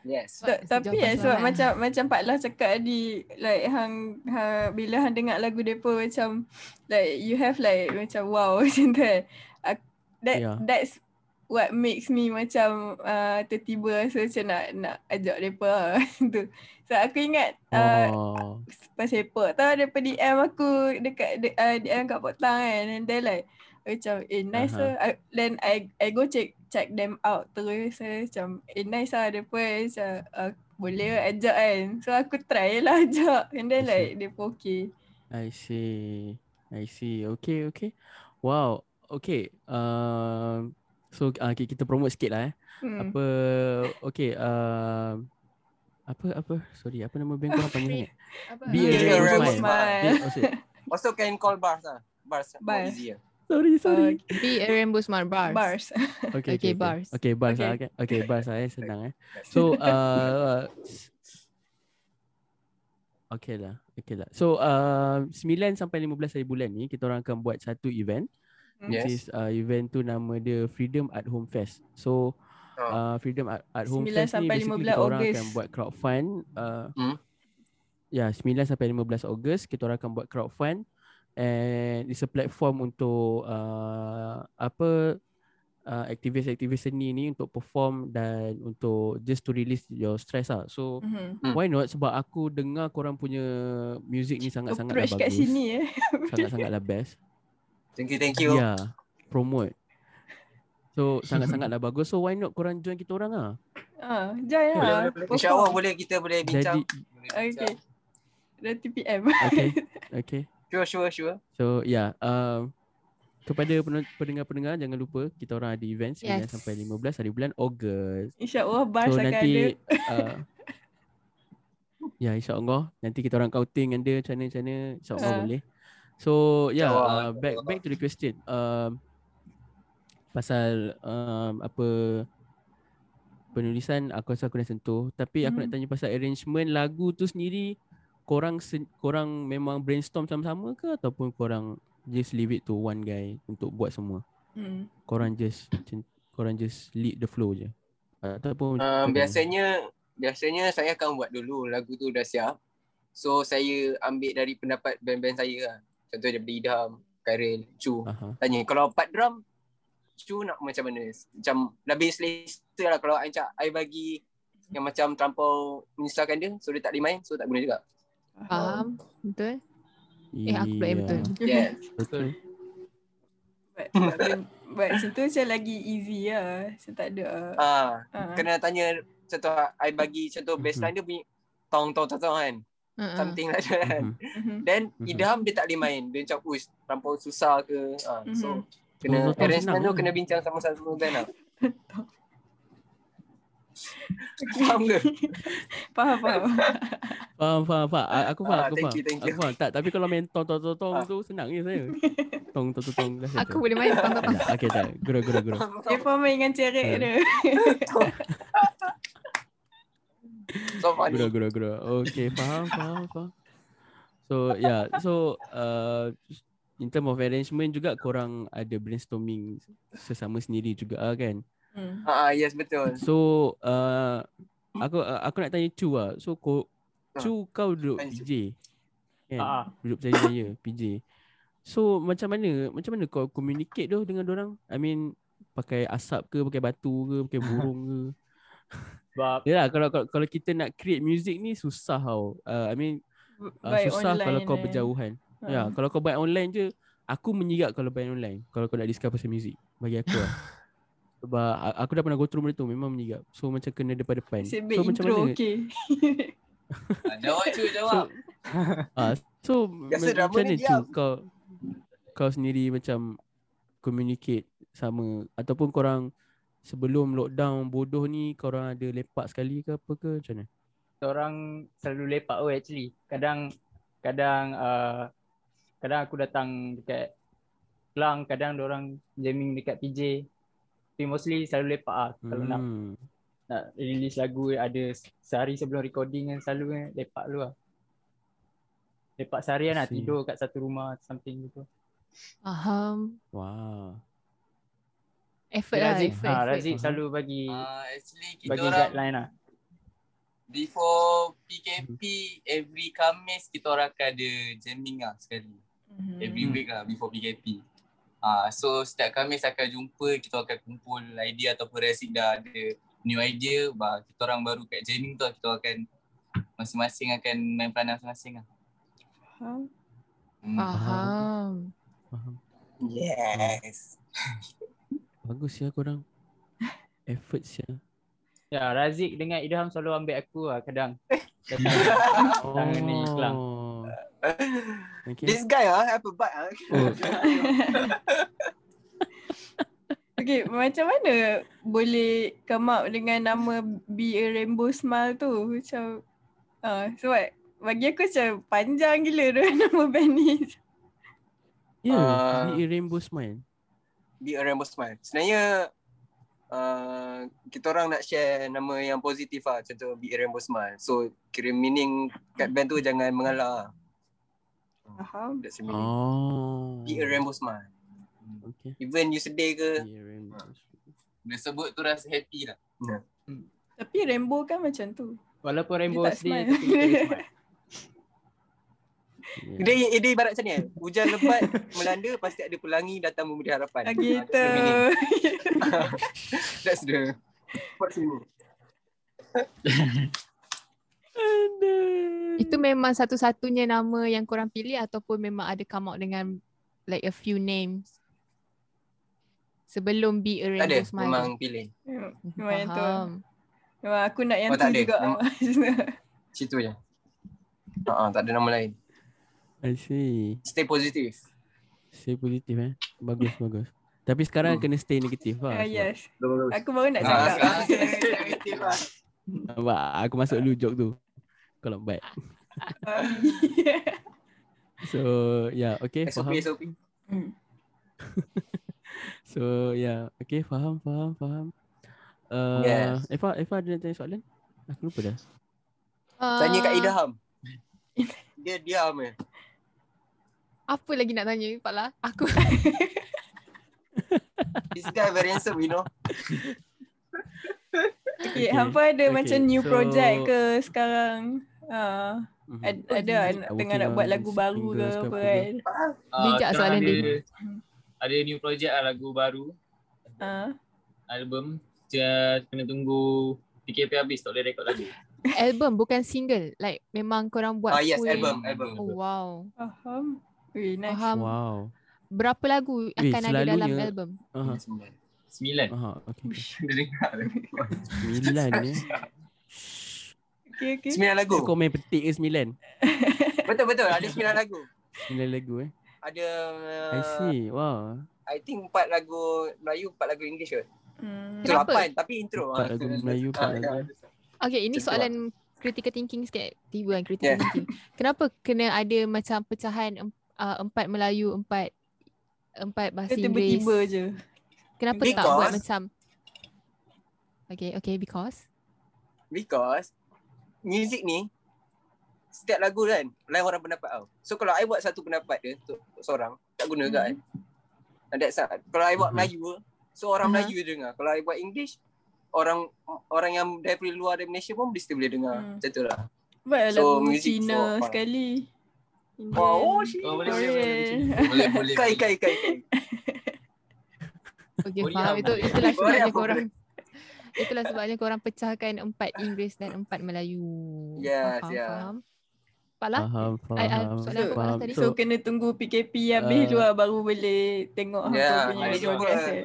Speaker 3: Yes.
Speaker 1: Sebab
Speaker 2: Ta- tapi
Speaker 1: sejawapan
Speaker 2: eh, sebab
Speaker 1: soalan.
Speaker 2: macam macam Pak Lah cakap tadi like hang ha, bila hang dengar lagu depa macam like you have like macam wow macam tu kan. Ak- That yeah.
Speaker 5: Yeah.
Speaker 2: that's what makes me macam uh, tertiba rasa macam nak nak ajak depa lah, macam tu. So aku ingat uh,
Speaker 5: Oh.
Speaker 2: Pas sepak tau daripada DM aku dekat de, uh, DM kat Potlang kan and then like macam eh nice
Speaker 5: Aha.
Speaker 2: uh-huh. lah I, then eh, I I go check check them out terus saya macam eh nice lah depa macam uh, boleh lah ajak kan. So aku try lah ajak. And then
Speaker 5: I see.
Speaker 2: like dia pun okay.
Speaker 5: I see. I see. Okay, okay. Wow. Okay. Um, so uh, ki- kita promote sikit lah eh.
Speaker 2: Hmm.
Speaker 5: Apa, okay. Um, apa, apa? Sorry, apa nama bank korang panjang sangat?
Speaker 1: Apa?
Speaker 5: Be
Speaker 2: Be
Speaker 5: a
Speaker 2: a
Speaker 5: Rebel
Speaker 2: Rebel
Speaker 5: Smile.
Speaker 2: Smile.
Speaker 5: Be- oh, sorry.
Speaker 3: Also can call bars lah. Bars, more
Speaker 2: Bars.
Speaker 3: easy lah.
Speaker 5: Sorry, sorry.
Speaker 2: Uh,
Speaker 1: Be a Rainbow Smart Bars.
Speaker 2: bars.
Speaker 5: Okay,
Speaker 1: okay, bars.
Speaker 5: Okay, bars okay. lah. Okay, okay bars lah eh. Senang eh. So, uh, okay lah. Okay lah. So, uh, 9 sampai 15 hari bulan ni, kita orang akan buat satu event. Which is
Speaker 3: Yes.
Speaker 5: uh, event tu nama dia Freedom at Home Fest. So,
Speaker 3: Oh.
Speaker 5: uh, Freedom at, at Home
Speaker 2: 9
Speaker 5: Fest ni
Speaker 2: sampai
Speaker 5: basically
Speaker 2: 15
Speaker 5: kita orang
Speaker 2: Ogos.
Speaker 5: akan buat crowdfund. Uh,
Speaker 3: Hmm.
Speaker 5: Ya, 9 sampai 15 Ogos kita orang akan buat crowdfund and it's a platform untuk uh, apa uh, aktivis-aktivis seni ni untuk perform dan untuk just to release your stress lah. So
Speaker 2: Mhm.
Speaker 3: Hmm.
Speaker 5: why not sebab aku dengar korang punya music ni sangat-sangat
Speaker 2: Approach
Speaker 5: bagus.
Speaker 2: kat sini eh.
Speaker 5: Sangat-sangatlah best.
Speaker 3: Thank you, thank you.
Speaker 5: Yeah, Ya, promote. So sangat-sangatlah bagus. So why not korang join kita orang ah?
Speaker 2: Ah, join
Speaker 5: Boleh,
Speaker 2: lah.
Speaker 3: Boleh, boleh. InsyaAllah boleh kita boleh bincang.
Speaker 5: Jadi
Speaker 2: Okay. Dari TPM.
Speaker 5: okay, okay.
Speaker 3: Sure, sure, sure.
Speaker 5: So yeah, um, kepada pen- pendengar-pendengar jangan lupa kita orang ada event 9
Speaker 1: Yes.
Speaker 5: sampai 15 hari bulan Ogos.
Speaker 2: InsyaAllah bars
Speaker 5: So
Speaker 2: akan ada.
Speaker 5: nanti uh, Ya insyaAllah Nanti kita orang counting dengan dia Macam mana macam mana InsyaAllah
Speaker 2: Ha.
Speaker 5: boleh So yeah
Speaker 3: InsyaAllah,
Speaker 5: uh, back back to the question um, Pasal um, apa Penulisan aku rasa aku dah sentuh Tapi aku
Speaker 2: Mhm.
Speaker 5: nak tanya pasal arrangement lagu tu sendiri Korang sen- korang memang brainstorm sama-sama ke Ataupun korang just leave it to one guy Untuk buat semua
Speaker 2: Hmm.
Speaker 5: Korang just macam- Korang just lead the flow je Ataupun macam
Speaker 3: Um,
Speaker 5: mana?
Speaker 3: biasanya biasanya saya akan buat dulu lagu tu dah siap. So saya ambil dari pendapat band-band saya lah. Contoh daripada Idham, Khairil, Chu.
Speaker 5: Aha.
Speaker 3: Tanya kalau part drum Chu nak macam mana? Macam lebih selesa lah kalau Ancak I bagi yang macam terlampau menyusahkan dia so dia tak boleh main so tak guna juga.
Speaker 1: Faham? Betul? Eh, aku pula yang
Speaker 5: Iya,
Speaker 1: betul.
Speaker 2: Mhm.
Speaker 3: Yeah.
Speaker 5: Betul.
Speaker 2: Buat, buat, benda- buat macam tu macam lagi easy lah. Macam tak ada.
Speaker 3: Ah, uh,
Speaker 2: ah.
Speaker 3: kena tanya contoh I bagi
Speaker 5: Mhm.
Speaker 3: contoh baseline dia bunyi tong tong tong tong kan.
Speaker 1: Uh-uh.
Speaker 3: Something like that. kan.
Speaker 5: Mhm.
Speaker 2: Mhm.
Speaker 3: Then
Speaker 5: Mhm.
Speaker 3: Idham dia tak boleh main. Dia macam us terlampau susah ke. Ha,
Speaker 2: Mhm.
Speaker 3: so
Speaker 5: Oh,
Speaker 3: kena
Speaker 5: tak
Speaker 3: arrangement
Speaker 5: senang
Speaker 3: tu
Speaker 5: ke?
Speaker 3: kena bincang sama sama band lah. Faham ke?
Speaker 2: Faham, faham.
Speaker 5: Faham, faham, faham. A- Aku faham,
Speaker 3: Ah,
Speaker 5: aku
Speaker 3: thank
Speaker 5: faham.
Speaker 3: you, thank you.
Speaker 5: Aku faham. Tak, tapi kalau main tong tong tong tong
Speaker 3: Ah.
Speaker 5: tu senang je saya. Tong tong tong tong dah settle.
Speaker 1: Aku boleh main
Speaker 5: Tak,
Speaker 1: tong-tong.
Speaker 5: tak. Okey, tak. Gura, gura, gura.
Speaker 2: Dia pun main dengan cerit
Speaker 5: Ah.
Speaker 2: dia.
Speaker 3: so funny.
Speaker 5: Gura, gura, gura. Okey, faham, faham, faham. So, yeah. So, uh, in term of arrangement juga korang ada brainstorming sesama sendiri juga ah, kan?
Speaker 2: Hmm.
Speaker 3: Ah, ah, yes betul.
Speaker 5: So, uh, aku aku nak tanya Chu lah. So, ko,
Speaker 3: Ah.
Speaker 5: Chu kau duduk
Speaker 3: Tanya Chu.
Speaker 5: PJ. Kan?
Speaker 4: Ah.
Speaker 5: duduk percaya-percaya PJ. So macam mana macam mana kau communicate tu dengan orang? I mean pakai asap ke pakai batu ke pakai burung ke?
Speaker 4: Sebab
Speaker 5: Yalah kalau kalau, kalau kita nak create music ni susah tau. Uh, I mean uh,
Speaker 2: Hmm. By
Speaker 5: susah kalau
Speaker 2: online
Speaker 5: kau
Speaker 2: eh.
Speaker 5: berjauhan.
Speaker 2: Ah.
Speaker 5: Ya, yeah, kalau kau buat online je aku menyirat kalau buat online. Kalau kau nak discuss pasal music bagi aku lah. Sebab a- aku dah pernah go through benda tu memang menyirat. So macam kena depan-depan.
Speaker 2: Sebab
Speaker 5: So macam
Speaker 2: intro,
Speaker 5: mana?
Speaker 2: okay.
Speaker 6: Ah, Jawab cu,
Speaker 5: So,
Speaker 6: jawab.
Speaker 5: ah, so
Speaker 3: Biasa
Speaker 5: ma-
Speaker 3: drama
Speaker 5: macam
Speaker 3: ni
Speaker 5: mana tu
Speaker 3: diam.
Speaker 5: kau kau sendiri macam communicate sama ataupun korang sebelum lockdown bodoh ni korang ada lepak sekali ke apa ke macam mana?
Speaker 4: orang selalu lepak oh actually. Kadang kadang uh, kadang aku datang dekat Kelang, kadang orang jamming dekat PJ. Tapi mostly selalu lepak ah kalau nak
Speaker 5: Hmm.
Speaker 4: nak release lagu ada sehari sebelum recording kan selalu kan lepak dulu lah. Lepak seharian lah
Speaker 5: I see.
Speaker 4: tidur kat satu rumah something gitu.
Speaker 1: Faham.
Speaker 5: Wow.
Speaker 1: Effort lah,
Speaker 4: Razik,
Speaker 1: effort.
Speaker 4: ha,
Speaker 1: effort.
Speaker 4: Razik
Speaker 5: Faham.
Speaker 4: selalu bagi
Speaker 6: Ah, actually kita
Speaker 4: bagi
Speaker 6: orang
Speaker 4: guideline lah.
Speaker 6: before PKP
Speaker 5: Hmm.
Speaker 6: every Khamis kita orang akan ada jamming lah sekali. Every
Speaker 5: Hmm.
Speaker 6: week lah before PKP. Ah, so setiap Khamis akan jumpa, kita akan kumpul idea ataupun resik dah ada new idea, bah, kita orang baru kat jamming tu lah, kita akan masing-masing akan main peranan masing-masing lah.
Speaker 2: Faham.
Speaker 6: Hmm.
Speaker 1: Ah. Faham.
Speaker 5: Faham.
Speaker 3: Yes.
Speaker 5: Bagus ya korang. Effort ya.
Speaker 4: Ya, Razik dengan Idham selalu ambil aku lah kadang. Datang tangan ni iklang.
Speaker 5: Oh. Okay.
Speaker 3: This guy ah, have a butt ah.
Speaker 5: Oh,
Speaker 2: Okay, macam mana boleh come up dengan nama Be A Rainbow Smile tu? Macam, uh, sebab bagi aku macam panjang gila tu nama band ni.
Speaker 3: Ah.
Speaker 5: yeah, uh, Rainbow Smile.
Speaker 3: Be a rainbow smile. Sebenarnya uh, kita orang nak share nama yang positif lah. Contoh be a rainbow smile. So kira meaning kat band tu jangan mengalah.
Speaker 2: Faham?
Speaker 3: That's the meaning.
Speaker 5: Oh.
Speaker 3: Be a rainbow smile.
Speaker 5: Okay.
Speaker 3: Even you sedih ke,
Speaker 5: Be a Rainbow Smile.
Speaker 6: Bila sebut tu rasa happy lah.
Speaker 2: Tapi Rainbow kan macam tu.
Speaker 4: Walaupun rainbow
Speaker 2: tak smile.
Speaker 4: sedih tapi kita boleh smile.
Speaker 5: Yeah.
Speaker 3: Dia dia ibarat macam ni eh. Hujan lebat melanda pasti ada pelangi datang memberi
Speaker 2: Ah,
Speaker 3: harapan. Ah, that's the meaning.
Speaker 2: gitu.
Speaker 3: That's the what's the meaning.
Speaker 1: Itu memang satu-satunya nama yang korang pilih ataupun memang ada come out dengan like a few names sebelum be a
Speaker 3: Tak ada
Speaker 1: rainbow smile.
Speaker 3: memang pilih.
Speaker 2: Memang yang tu.
Speaker 1: Faham.
Speaker 2: Memang aku nak yang
Speaker 3: Oh,
Speaker 2: tu
Speaker 3: tak ada.
Speaker 2: juga.
Speaker 3: Situ je. Ha ah, tak ada nama lain.
Speaker 5: I see.
Speaker 3: Stay positif.
Speaker 5: Saya positif eh. Bagus, bagus. Tapi sekarang
Speaker 3: Hmm.
Speaker 5: kena stay negatif lah.
Speaker 2: Ah,
Speaker 5: sebab-
Speaker 2: yes. Aku baru nak
Speaker 6: Ah,
Speaker 2: cakap.
Speaker 6: sekarang
Speaker 3: Negatif lah.
Speaker 5: Nampak? Aku masuk dulu joke tu. Kalau baik. So, yeah. Okay,
Speaker 3: SOP
Speaker 5: Eh, faham.
Speaker 3: SOP.
Speaker 5: So, yeah. Okay, faham, faham, faham. Uh,
Speaker 3: Yes.
Speaker 5: Efa, Efa ada nak tanya soalan? Aku lupa dah.
Speaker 3: Tanya kat
Speaker 1: Ah,
Speaker 3: Idham. Dia diam eh.
Speaker 1: Apa lagi nak tanya Pak lah? Aku
Speaker 3: This guy very handsome you know.
Speaker 2: Okay,
Speaker 5: Okay.
Speaker 2: hampa ada
Speaker 5: Okay,
Speaker 2: macam new
Speaker 5: so-
Speaker 2: project ke sekarang? Ah,
Speaker 5: Mhm.
Speaker 2: ad- ada nak-
Speaker 5: Awak
Speaker 2: tengah nak
Speaker 5: tengah
Speaker 2: buat lagu baru ke
Speaker 5: singles ke
Speaker 2: apa
Speaker 5: apa
Speaker 2: kan?
Speaker 1: Bijak
Speaker 6: kita
Speaker 1: soalan
Speaker 6: Ah, ada,
Speaker 1: ni.
Speaker 6: Ada new project lah lagu baru.
Speaker 2: Ah,
Speaker 6: Album. Dia kena tunggu PKP habis tak boleh rekod lagi.
Speaker 1: album bukan single. Like memang korang buat
Speaker 3: Ah yes
Speaker 1: full.
Speaker 3: album album.
Speaker 1: Oh wow.
Speaker 2: faham. Weh, nice.
Speaker 3: um,
Speaker 1: Faham. Wow.
Speaker 5: Wow.
Speaker 1: Berapa lagu akan ada dalam
Speaker 5: Eh, selalunya-
Speaker 1: album?
Speaker 5: Aha,
Speaker 6: Sembilan.
Speaker 5: aha, okay. okay.
Speaker 6: Dia dengar lagi.
Speaker 5: Sembilan ya.
Speaker 2: Okay, okay.
Speaker 3: Sembilan lagu.
Speaker 5: Kau main petik ke sembilan?
Speaker 3: Betul betul ada sembilan lagu.
Speaker 5: Sembilan lagu eh.
Speaker 3: Ada
Speaker 5: I
Speaker 3: uh,
Speaker 5: see. Wow.
Speaker 3: I think empat lagu Melayu, empat lagu English kot.
Speaker 2: Hmm.
Speaker 3: Tu
Speaker 1: Kenapa?
Speaker 3: lapan tapi intro. ah.
Speaker 5: Empat lagu Melayu, empat
Speaker 3: Ah,
Speaker 5: lagu.
Speaker 3: ya.
Speaker 1: Okay, ini
Speaker 3: Macam tu
Speaker 1: soalan critical thinking sikit. Tiba kan critical
Speaker 3: Yeah.
Speaker 1: thinking. Kenapa kena ada macam pecahan em- ah, empat Melayu, empat empat bahasa
Speaker 2: Dia
Speaker 1: Inggeris?
Speaker 2: tiba-tiba je.
Speaker 1: Kenapa tak buat
Speaker 3: Because-
Speaker 1: macam Okay, okay, because
Speaker 3: Because music ni setiap lagu kan lain orang pendapat tau. So kalau I buat satu pendapat dia untuk seorang tak
Speaker 1: Mm-hmm.
Speaker 3: guna hmm. kan. And that's all. Kalau I buat
Speaker 5: Mhm.
Speaker 3: Melayu so orang
Speaker 1: Aha.
Speaker 3: Melayu je dengar. Kalau I buat English orang orang yang daripada luar dari Malaysia pun mesti boleh dengar.
Speaker 2: Hmm.
Speaker 3: Macam tu lah.
Speaker 2: Buat
Speaker 3: So,
Speaker 2: lagu
Speaker 3: music
Speaker 2: Cina
Speaker 3: for fun.
Speaker 2: sekali.
Speaker 3: Wow, oh, shit.
Speaker 6: Oh, boleh, boleh, boleh.
Speaker 2: Korean.
Speaker 6: Boleh, boleh.
Speaker 3: Kai kai kai. kai.
Speaker 1: Okay,
Speaker 5: Oh,
Speaker 6: Boleh
Speaker 1: faham.
Speaker 5: ya.
Speaker 6: lah.
Speaker 1: Itu, itulah
Speaker 3: Boleh
Speaker 1: sebabnya
Speaker 3: apa boleh.
Speaker 1: korang Itulah sebabnya korang pecahkan empat Inggeris dan empat Melayu.
Speaker 3: Yes,
Speaker 1: faham,
Speaker 3: yeah.
Speaker 1: faham. Pak lah?
Speaker 5: Faham, faham.
Speaker 1: I- I- soalan
Speaker 2: apa
Speaker 1: Farah
Speaker 5: faham.
Speaker 1: tadi?
Speaker 2: So, kena tunggu PKP habis
Speaker 5: Ah.
Speaker 2: dulu lah baru boleh tengok hampa
Speaker 3: Yeah,
Speaker 2: punya
Speaker 3: ada jumpa.
Speaker 2: progress eh.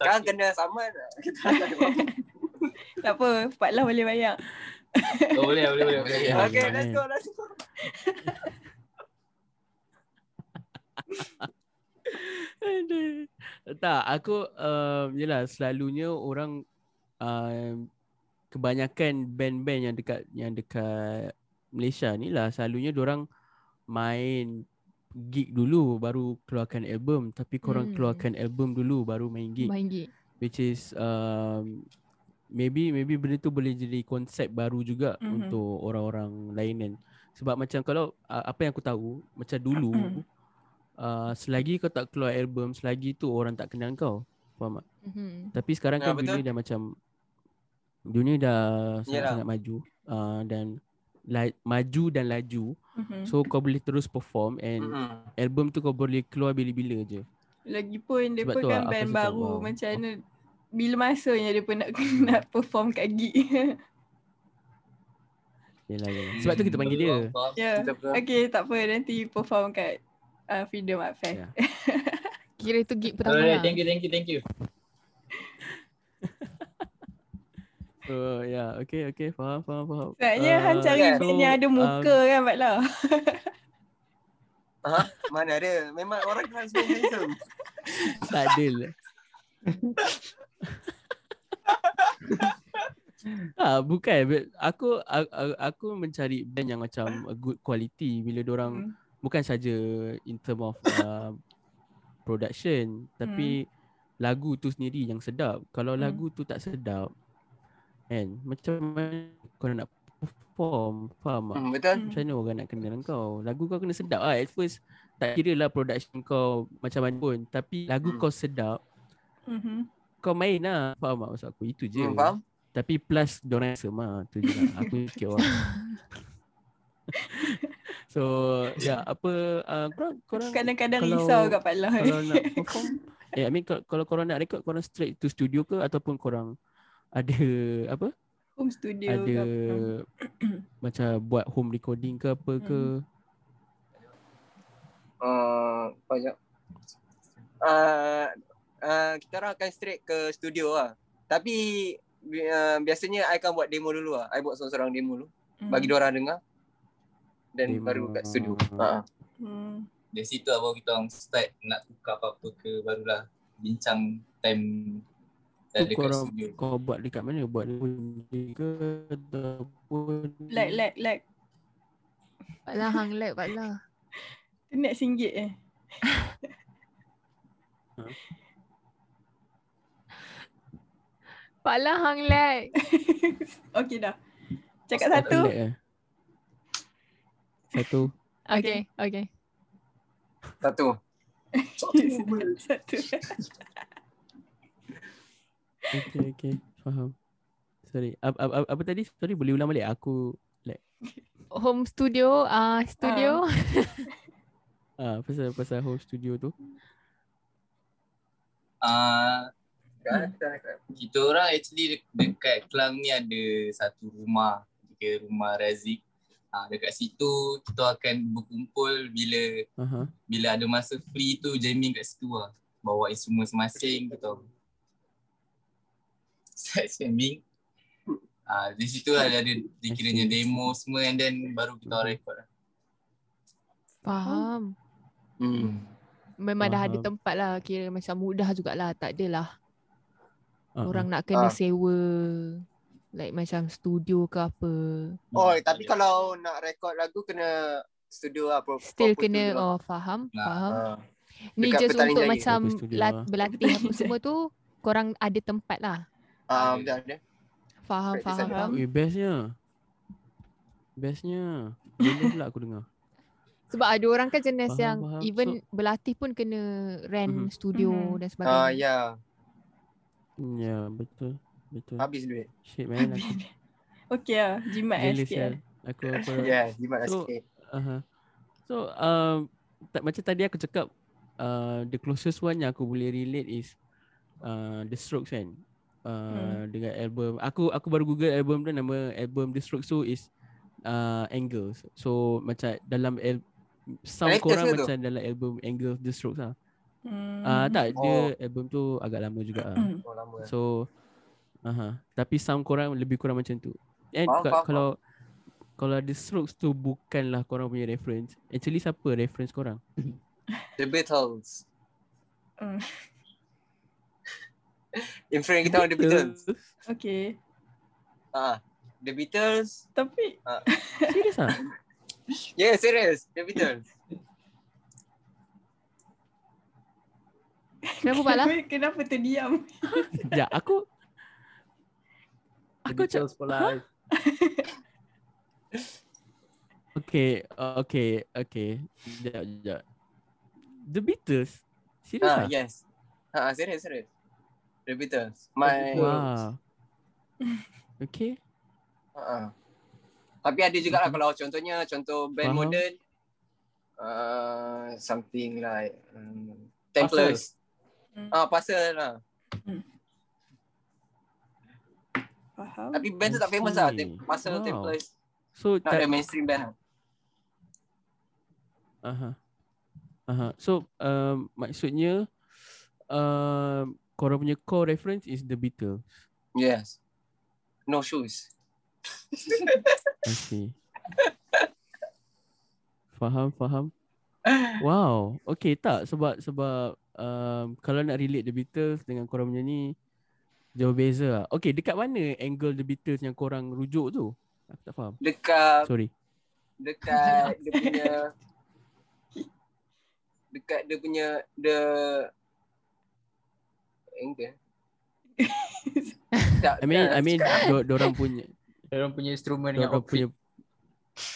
Speaker 3: Kan kena sama kita tak ada apa-apa.
Speaker 2: Tak apa, Pak Lah boleh banyak.
Speaker 6: Oh, boleh, boleh, boleh. boleh.
Speaker 5: Ya,
Speaker 3: Okay,
Speaker 5: ya,
Speaker 3: let's
Speaker 5: ya.
Speaker 3: go, let's go.
Speaker 5: Aduh. Tak, aku um, yelah selalunya orang um, kebanyakan band-band yang dekat yang dekat Malaysia ni lah selalunya orang main gig dulu baru keluarkan album tapi korang
Speaker 1: Hmm.
Speaker 5: keluarkan album dulu baru main gig
Speaker 1: Main gig.
Speaker 5: which is um, maybe maybe benda tu boleh jadi konsep baru juga
Speaker 2: Mhm.
Speaker 5: mm-hmm. untuk orang-orang lain kan. Sebab macam kalau uh, apa yang aku tahu macam dulu
Speaker 2: Mhm.
Speaker 5: uh, selagi kau tak keluar album selagi tu orang tak kenal kau. Faham tak?
Speaker 1: Mhm.
Speaker 5: Tapi sekarang
Speaker 3: Ya,
Speaker 5: kan
Speaker 3: betul.
Speaker 5: dunia dah macam dunia dah
Speaker 3: Yalah.
Speaker 5: sangat-sangat maju uh, dan la- maju dan laju.
Speaker 2: Mhm.
Speaker 5: So kau boleh terus perform and
Speaker 3: Mm-mm.
Speaker 5: album tu kau boleh keluar bila-bila je.
Speaker 2: Lagipun depa
Speaker 5: Sebab tu
Speaker 2: kan
Speaker 5: lah, aku
Speaker 2: band
Speaker 5: cakap,
Speaker 2: baru
Speaker 5: wow.
Speaker 2: macam mana bila masanya depa nak nak perform kat gig.
Speaker 5: Yalah, yalah. Sebab tu kita panggil dia.
Speaker 2: ya.
Speaker 3: Hmm, Kita apa?
Speaker 2: Okay, tak apa nanti perform kat uh, Freedom Art Fair.
Speaker 5: Ya.
Speaker 1: Kira itu gig pertama
Speaker 6: Alright,
Speaker 1: lah.
Speaker 6: thank you, thank you, thank you.
Speaker 5: Oh yeah, okay okay faham faham faham.
Speaker 2: Sebenarnya uh, Han
Speaker 5: Ah,
Speaker 2: cari
Speaker 5: so,
Speaker 2: so, yang ada muka
Speaker 5: um,
Speaker 2: um, kan Mat Lau.
Speaker 3: Ha? Mana ada? Memang orang trans pun handsome.
Speaker 5: tak ada lah. ah, bukan but aku, aku aku mencari band yang macam good quality bila
Speaker 2: Hmm.
Speaker 5: orang bukan saja in term of uh, production tapi lagu tu sendiri yang sedap. Kalau
Speaker 2: Hmm.
Speaker 5: lagu tu tak sedap kan macam mana kau nak perform faham tak?
Speaker 3: Hmm, betul?
Speaker 2: Hmm.
Speaker 5: Macam mana orang nak kenal kau Lagu kau kena sedap lah At first Tak kira lah production kau Macam mana pun Tapi lagu
Speaker 3: Hmm.
Speaker 5: kau sedap
Speaker 2: Mhm.
Speaker 5: Kau main lah Faham tak maksud aku Itu je
Speaker 3: Hmm, faham?
Speaker 5: Tapi plus Diorang rasa mah Itu je lah Aku fikir orang So Ya yeah, apa uh, Korang Korang
Speaker 2: Kadang-kadang
Speaker 5: kalau-
Speaker 2: risau kat Mat lah. Lau.
Speaker 5: Kalau nak perform Eh I mean kalau, kalau korang nak record Korang straight to studio ke Ataupun korang Ada Apa
Speaker 2: Home studio ke
Speaker 5: Ada
Speaker 2: apa.
Speaker 5: Macam buat home recording ke apa ke
Speaker 2: Hmm.
Speaker 3: Uh, banyak. Uh, uh, kita orang akan straight ke studio lah. Tapi bi- uh, biasanya I akan buat demo dulu lah. I buat seorang-seorang demo dulu.
Speaker 2: Hmm.
Speaker 3: Bagi diorang dengar. Dan
Speaker 5: Demo.
Speaker 3: baru kat studio. Ha.
Speaker 2: Hmm.
Speaker 6: Dari situ lah baru kita orang start nak tukar apa-apa ke barulah bincang time dah
Speaker 5: Tu
Speaker 6: dekat
Speaker 5: korang-
Speaker 6: studio.
Speaker 5: Kau buat dekat mana? Buat dekat Boon ke ataupun
Speaker 2: Lag, lag, lag.
Speaker 1: Pak Lah hang lag Pak Lah.
Speaker 2: Internet singgit eh.
Speaker 1: Pak Lah hang lag.
Speaker 2: Okey dah. Cakap
Speaker 6: Pasal
Speaker 2: satu.
Speaker 5: Lag eh? Satu.
Speaker 1: Okay, okay.
Speaker 3: Satu.
Speaker 2: satu.
Speaker 5: Okay, okay. Faham. Sorry. Apa, apa, apa tadi? Sorry, boleh ulang balik? Aku
Speaker 1: Home studio, ah uh, studio.
Speaker 5: ah pasal pasal home studio tu.
Speaker 6: Ah,
Speaker 3: Dah, dah, dah.
Speaker 6: kita orang actually de- dekat Kelang ni ada satu rumah dia rumah Razik ha, dekat situ kita akan berkumpul bila
Speaker 5: Aha.
Speaker 6: bila ada masa free tu jamming kat situ lah bawa instrumen masing-masing gitu set jamming ha, di situ lah ada dikiranya demo semua and then baru kita orang record lah
Speaker 1: Faham.
Speaker 3: Hmm.
Speaker 1: Memang dah ada
Speaker 5: Faham.
Speaker 1: tempat lah. Kira macam mudah jugalah. Tak adalah.
Speaker 5: Ah,
Speaker 1: Orang nak kena
Speaker 3: Ah.
Speaker 1: sewa. Like macam studio ke apa.
Speaker 3: Oh, tapi kalau nak record lagu kena studio lah. Pro,
Speaker 1: Still
Speaker 3: proper
Speaker 1: kena,
Speaker 3: studio lah.
Speaker 1: oh faham,
Speaker 6: Nah,
Speaker 1: faham.
Speaker 3: Ha.
Speaker 1: Ni
Speaker 3: Dekat
Speaker 1: just
Speaker 3: Petaling
Speaker 1: untuk
Speaker 3: Jaya.
Speaker 1: macam
Speaker 5: Apa studio
Speaker 1: lat-
Speaker 5: lah.
Speaker 1: berlatih apa
Speaker 2: Petaling
Speaker 1: semua tu korang ada tempat lah.
Speaker 3: Ah, betul ada.
Speaker 1: Faham,
Speaker 3: Practice
Speaker 1: faham,
Speaker 3: ada.
Speaker 1: faham.
Speaker 5: Ah. Eh, bestnya. Bestnya. Bila pula aku dengar.
Speaker 1: Sebab ada orang kan jenis
Speaker 5: Faham,
Speaker 1: yang
Speaker 5: faham.
Speaker 1: even
Speaker 5: So-
Speaker 1: berlatih pun kena rent
Speaker 5: Mhm.
Speaker 1: studio
Speaker 2: Mhm.
Speaker 1: dan sebagainya.
Speaker 3: Ah, ya.
Speaker 5: Ya, yeah, betul. Betul.
Speaker 3: Habis duit.
Speaker 5: Shit, man. Aku
Speaker 2: Okey lah. Jimat eh
Speaker 5: jealous,
Speaker 2: sikit. eh.
Speaker 5: yeah. Aku apa.
Speaker 3: Ya, yeah, jimat lah
Speaker 5: So,
Speaker 3: sikit.
Speaker 5: Aha. So um, tak, macam tadi aku cakap uh, the closest one yang aku boleh relate is uh, The Strokes kan. Uh,
Speaker 3: Hmm.
Speaker 5: dengan album aku aku baru google album tu nama album The Strokes tu is uh, Angles. So macam dalam el- sound
Speaker 3: Latest
Speaker 5: korang
Speaker 3: ke tu?
Speaker 5: macam dalam album Angles The Strokes lah.
Speaker 2: Hmm.
Speaker 5: Ah uh, tak dia
Speaker 3: Oh.
Speaker 5: album tu agak lama juga ah.
Speaker 2: Hmm.
Speaker 3: Oh, lama. So,
Speaker 5: So aha, tapi sound korang lebih kurang macam tu. And
Speaker 3: Faham,
Speaker 5: ka-
Speaker 3: faham,
Speaker 5: kalau kalau The Strokes tu bukanlah korang punya reference. Actually siapa reference korang?
Speaker 3: The Beatles.
Speaker 2: Hmm.
Speaker 3: Influence kita orang The Beatles.
Speaker 2: Okey.
Speaker 3: Ah, The Beatles.
Speaker 2: Tapi
Speaker 5: Serius ah?
Speaker 3: Ya, Yeah, serious. The Beatles.
Speaker 1: Kenapa Pak Lah?
Speaker 2: kenapa terdiam?
Speaker 5: Sekejap, aku aku
Speaker 4: Aku
Speaker 5: cakap
Speaker 4: Beatles for life.
Speaker 5: okay, uh, okay, okay. Sekejap, sekejap. The Beatles? Serius
Speaker 3: Ah,
Speaker 5: ah?
Speaker 3: yes. Ha, ah, serious, serious. The Beatles. My
Speaker 5: Wow. Okay.
Speaker 3: ha. ah. Tapi ada juga lah
Speaker 5: Mhm.
Speaker 3: kalau contohnya contoh band
Speaker 5: Faham.
Speaker 3: moden, modern uh, something like um, Templars.
Speaker 2: Hmm.
Speaker 3: Ah, pasal lah.
Speaker 2: Faham?
Speaker 3: Tapi band tu
Speaker 5: I
Speaker 3: tak famous lah.
Speaker 5: see.
Speaker 3: Tem- pasal
Speaker 5: Wow.
Speaker 3: Templars.
Speaker 5: So
Speaker 3: Not the
Speaker 5: tak,
Speaker 3: mainstream band lah.
Speaker 5: aha. Aha. So um, maksudnya um, korang punya core reference is The Beatles.
Speaker 3: Yes. No shoes.
Speaker 5: I see. Faham, faham. Wow. Okay, tak sebab sebab um, kalau nak relate The Beatles dengan korang punya ni jauh beza lah. Okay, dekat mana angle The Beatles yang korang rujuk tu? Aku tak faham.
Speaker 3: Dekat
Speaker 5: Sorry.
Speaker 3: dekat dia punya dekat dia punya the angle. tak,
Speaker 5: I mean
Speaker 3: tak,
Speaker 5: I mean do, dorang punya
Speaker 4: Diorang punya instrumen dengan
Speaker 5: dorang
Speaker 4: outfit.
Speaker 5: punya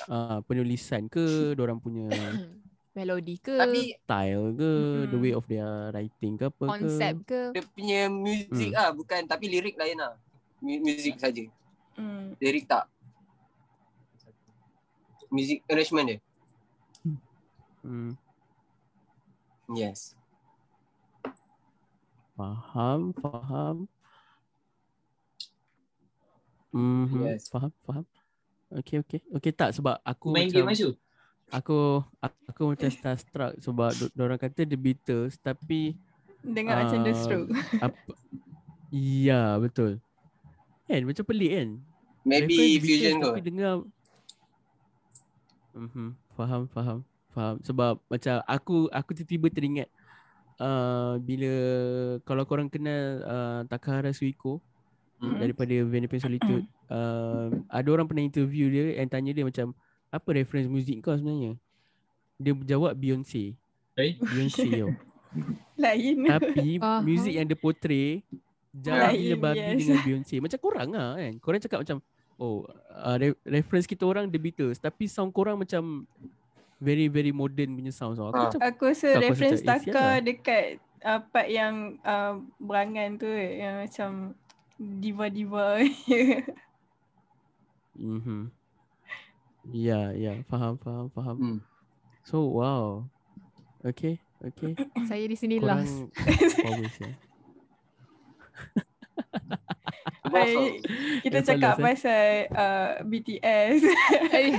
Speaker 5: uh, penulisan ke, dorang punya
Speaker 1: Melodi ke,
Speaker 3: tapi
Speaker 5: style ke, the
Speaker 2: Mhm.
Speaker 5: way of their writing ke apa ke.
Speaker 1: konsep ke.
Speaker 3: dia punya music
Speaker 5: Hmm.
Speaker 3: ah bukan tapi lirik lain ah. Mu- Music saja.
Speaker 2: Hmm.
Speaker 3: Lirik tak. Music arrangement dia.
Speaker 5: Hmm.
Speaker 3: Yes.
Speaker 5: Faham, faham. Mm-hmm.
Speaker 3: Yes.
Speaker 5: Faham, faham. Okay, okay. Okay tak sebab aku
Speaker 6: Main game
Speaker 5: macam
Speaker 6: Masyu?
Speaker 5: aku aku macam starstruck sebab do- orang kata The Beatles tapi
Speaker 2: Dengar macam The
Speaker 5: Ah,
Speaker 2: Stroke.
Speaker 5: apa Iya, betul. Kan macam pelik kan?
Speaker 3: Maybe
Speaker 5: Reference
Speaker 3: fusion
Speaker 5: Beatles
Speaker 3: kot.
Speaker 5: Tapi dengar Mhm, faham faham faham sebab macam aku aku tiba-tiba teringat uh, bila kalau korang kenal uh, Takahara Suiko
Speaker 3: Hmm.
Speaker 5: daripada Vanderpump Solitude uh, ada orang pernah interview dia and tanya dia macam apa reference muzik kau sebenarnya dia jawab Beyonce
Speaker 6: Eh?
Speaker 5: Beyonce tau
Speaker 2: Lain.
Speaker 5: tapi
Speaker 1: Faham.
Speaker 5: muzik yang dia portray jauh
Speaker 3: Lain,
Speaker 5: gila babi
Speaker 2: yes.
Speaker 5: dengan Beyonce. Macam korang lah kan. Korang cakap macam oh uh, re- reference kita orang The Beatles tapi sound korang macam very very modern punya sound. So, aku
Speaker 3: Ah.
Speaker 5: macam
Speaker 2: Aku rasa
Speaker 5: Tak, aku
Speaker 2: reference
Speaker 5: rasa tak easy
Speaker 2: Taka
Speaker 5: lah.
Speaker 2: dekat uh, part yang uh, berangan tu eh, yang macam diva-diva.
Speaker 5: mhm. Ya, ya, faham faham faham.
Speaker 3: Hmm.
Speaker 5: So wow. Okay, okay.
Speaker 1: Saya di sini
Speaker 5: Korang
Speaker 1: last.
Speaker 5: powers ya.
Speaker 3: Wow.
Speaker 2: Baik, kita
Speaker 5: Eh,
Speaker 2: cakap
Speaker 5: Falas,
Speaker 2: pasal uh, BTS.
Speaker 1: Eh,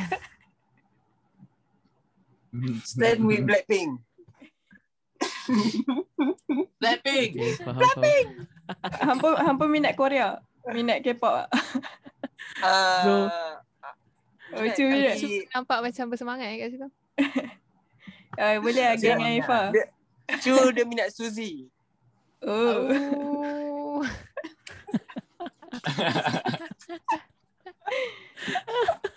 Speaker 3: Stand
Speaker 5: Hmm.
Speaker 3: with Blackpink.
Speaker 6: Blackpink!
Speaker 5: Okay, faham faham.
Speaker 2: hampa hampa minat Korea, minat K-pop. tak?
Speaker 3: Ah,
Speaker 5: So-
Speaker 2: Oh, tu minat.
Speaker 3: tapi-
Speaker 1: Nampak macam bersemangat eh kat situ.
Speaker 2: Uh, boleh lah geng
Speaker 3: Minat.
Speaker 2: Aifa.
Speaker 3: Dia- Chu dia minat Suzy.
Speaker 2: Oh.
Speaker 1: Oh.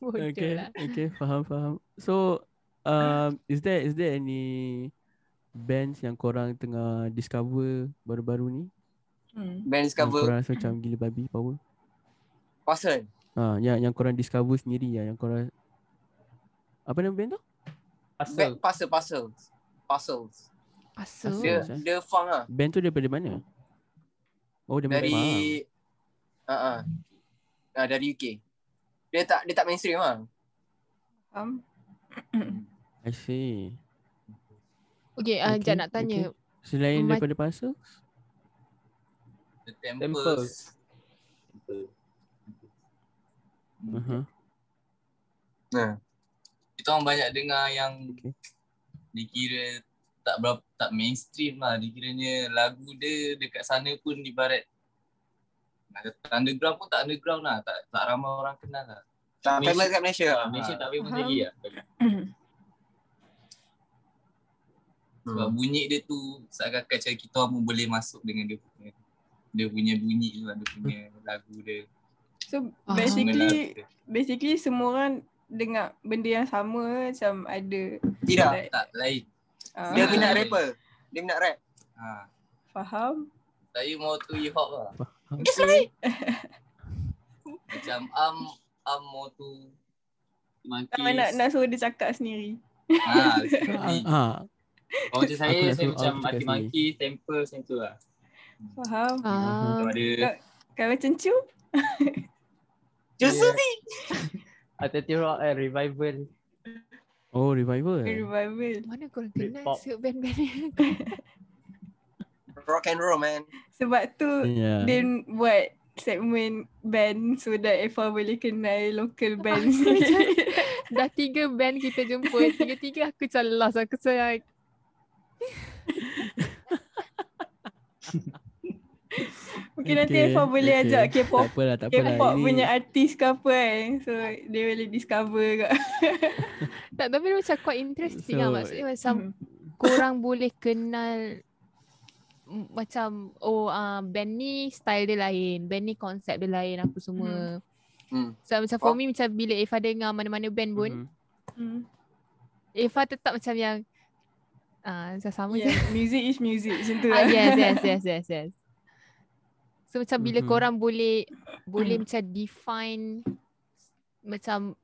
Speaker 1: Bodoh
Speaker 5: Okay,
Speaker 1: lah.
Speaker 5: okay, faham faham. So um, is there is there any bands yang korang tengah discover baru-baru ni?
Speaker 2: Hmm.
Speaker 3: Band
Speaker 5: Yang
Speaker 3: cover
Speaker 5: korang rasa macam gila babi power.
Speaker 3: Pasal.
Speaker 5: Ha, yang yang korang discover sendiri ya, yang korang apa nama band tu?
Speaker 4: Asal.
Speaker 3: Back pasal pasal. Pasal.
Speaker 1: Asal.
Speaker 5: Asal.
Speaker 3: Dia
Speaker 5: Pasal.
Speaker 3: dia funk ah.
Speaker 5: Band tu daripada mana? Oh, daripada Faham.
Speaker 3: Dari ah ah. Ah dari UK. Dia tak dia tak mainstream ah.
Speaker 2: Faham?
Speaker 5: I see.
Speaker 1: Okay, uh,
Speaker 5: Okay,
Speaker 1: Jad nak tanya.
Speaker 5: Selain
Speaker 1: Ma-
Speaker 5: daripada Pasal?
Speaker 6: The Temples.
Speaker 5: Uh-huh.
Speaker 3: Ha.
Speaker 6: Kita orang banyak dengar yang
Speaker 5: Okay.
Speaker 6: dikira tak berapa, tak mainstream lah. Dikiranya lagu dia dekat sana pun ibarat nak kata underground pun tak underground lah. Tak, tak ramai orang kenal lah.
Speaker 3: Tak famous
Speaker 6: Malaysia-
Speaker 3: kat Malaysia ah.
Speaker 6: Malaysia tak famous
Speaker 2: faham.
Speaker 6: lagi lah.
Speaker 2: Hmm.
Speaker 6: Sebab
Speaker 3: Hmm.
Speaker 6: bunyi dia tu seakan-akan macam kita orang pun boleh masuk dengan dia punya dia punya bunyi tu lah, dia punya lagu dia.
Speaker 2: So
Speaker 1: Ah.
Speaker 2: basically
Speaker 6: Semua lagu dia.
Speaker 2: basically semua orang dengar benda yang sama macam ada
Speaker 3: Tidak.
Speaker 2: like,
Speaker 6: tak lain.
Speaker 2: ah,
Speaker 3: Dia
Speaker 6: Ah.
Speaker 3: minat rapper. Dia minat rap.
Speaker 6: Ha.
Speaker 2: faham
Speaker 6: Saya mau tu hip hop lah. Macam am am mau tu monkey.
Speaker 2: tak nak nak suruh dia cakap sendiri
Speaker 6: Ha,
Speaker 5: Ha.
Speaker 6: Kalau macam saya,
Speaker 5: Aku
Speaker 6: saya
Speaker 5: level
Speaker 6: macam
Speaker 5: out dekat sini.
Speaker 6: maki-maki, temple macam tu lah.
Speaker 2: faham
Speaker 1: Ah,
Speaker 5: uh-huh.
Speaker 6: Kalau ada
Speaker 2: kalau macam tu
Speaker 5: Hmm.
Speaker 3: Justru
Speaker 4: Atati Rock eh, Revival.
Speaker 5: Oh, revival.
Speaker 2: revival
Speaker 1: mana korang kenal
Speaker 4: Britpop.
Speaker 1: sebab band-band ni?
Speaker 3: rock and roll man.
Speaker 2: sebab tu
Speaker 5: Yeah.
Speaker 2: dia buat segmen band so that Eva boleh kenal local band
Speaker 1: Dah tiga band kita jumpa. Tiga-tiga aku macam lost. Aku macam
Speaker 2: Mungkin nanti Effa boleh
Speaker 5: okay.
Speaker 2: ajak K-pop
Speaker 5: Tak apalah, tak apalah.
Speaker 2: K-pop
Speaker 5: Ini-
Speaker 2: punya artis ke apa eh. So dia boleh discover kat.
Speaker 1: Tak tapi dia macam quite interesting lah
Speaker 5: So,
Speaker 1: Maksudnya macam korang boleh kenal m- macam oh uh, band ni style dia lain, band ni konsep dia lain apa semua.
Speaker 3: Hmm.
Speaker 1: So macam for
Speaker 3: Oh.
Speaker 1: me macam bila Eva dengar mana-mana band pun,
Speaker 5: Mhm.
Speaker 2: Hmm.
Speaker 1: Eva tetap macam yang ah uh, sama
Speaker 2: Yeah,
Speaker 1: yeah. je.
Speaker 2: music is music macam tu.
Speaker 1: ah,
Speaker 2: lah.
Speaker 1: yes, yes, yes, yes, yes. So macam bila
Speaker 5: Mhm.
Speaker 1: korang boleh boleh macam define macam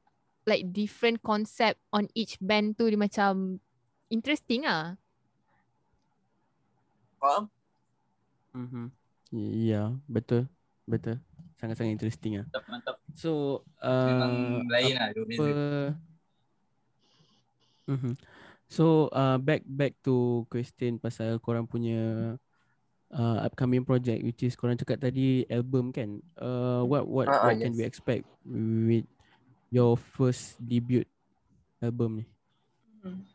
Speaker 1: like different concept on each band tu dia macam interesting ah.
Speaker 3: Faham?
Speaker 6: Mm-hmm.
Speaker 5: Mhm. Y- Ya, betul. Betul. Sangat-sangat interesting ah.
Speaker 6: Mantap, mantap.
Speaker 5: So,
Speaker 6: Memang
Speaker 5: uh,
Speaker 6: lain lah. Dia beza.
Speaker 5: apa Mhm. So uh, back back to question pasal korang punya uh, upcoming project which is korang cakap tadi album kan. Uh, what what,
Speaker 3: Ah, ah,
Speaker 5: what can we expect with your first debut album ni?
Speaker 2: Hmm.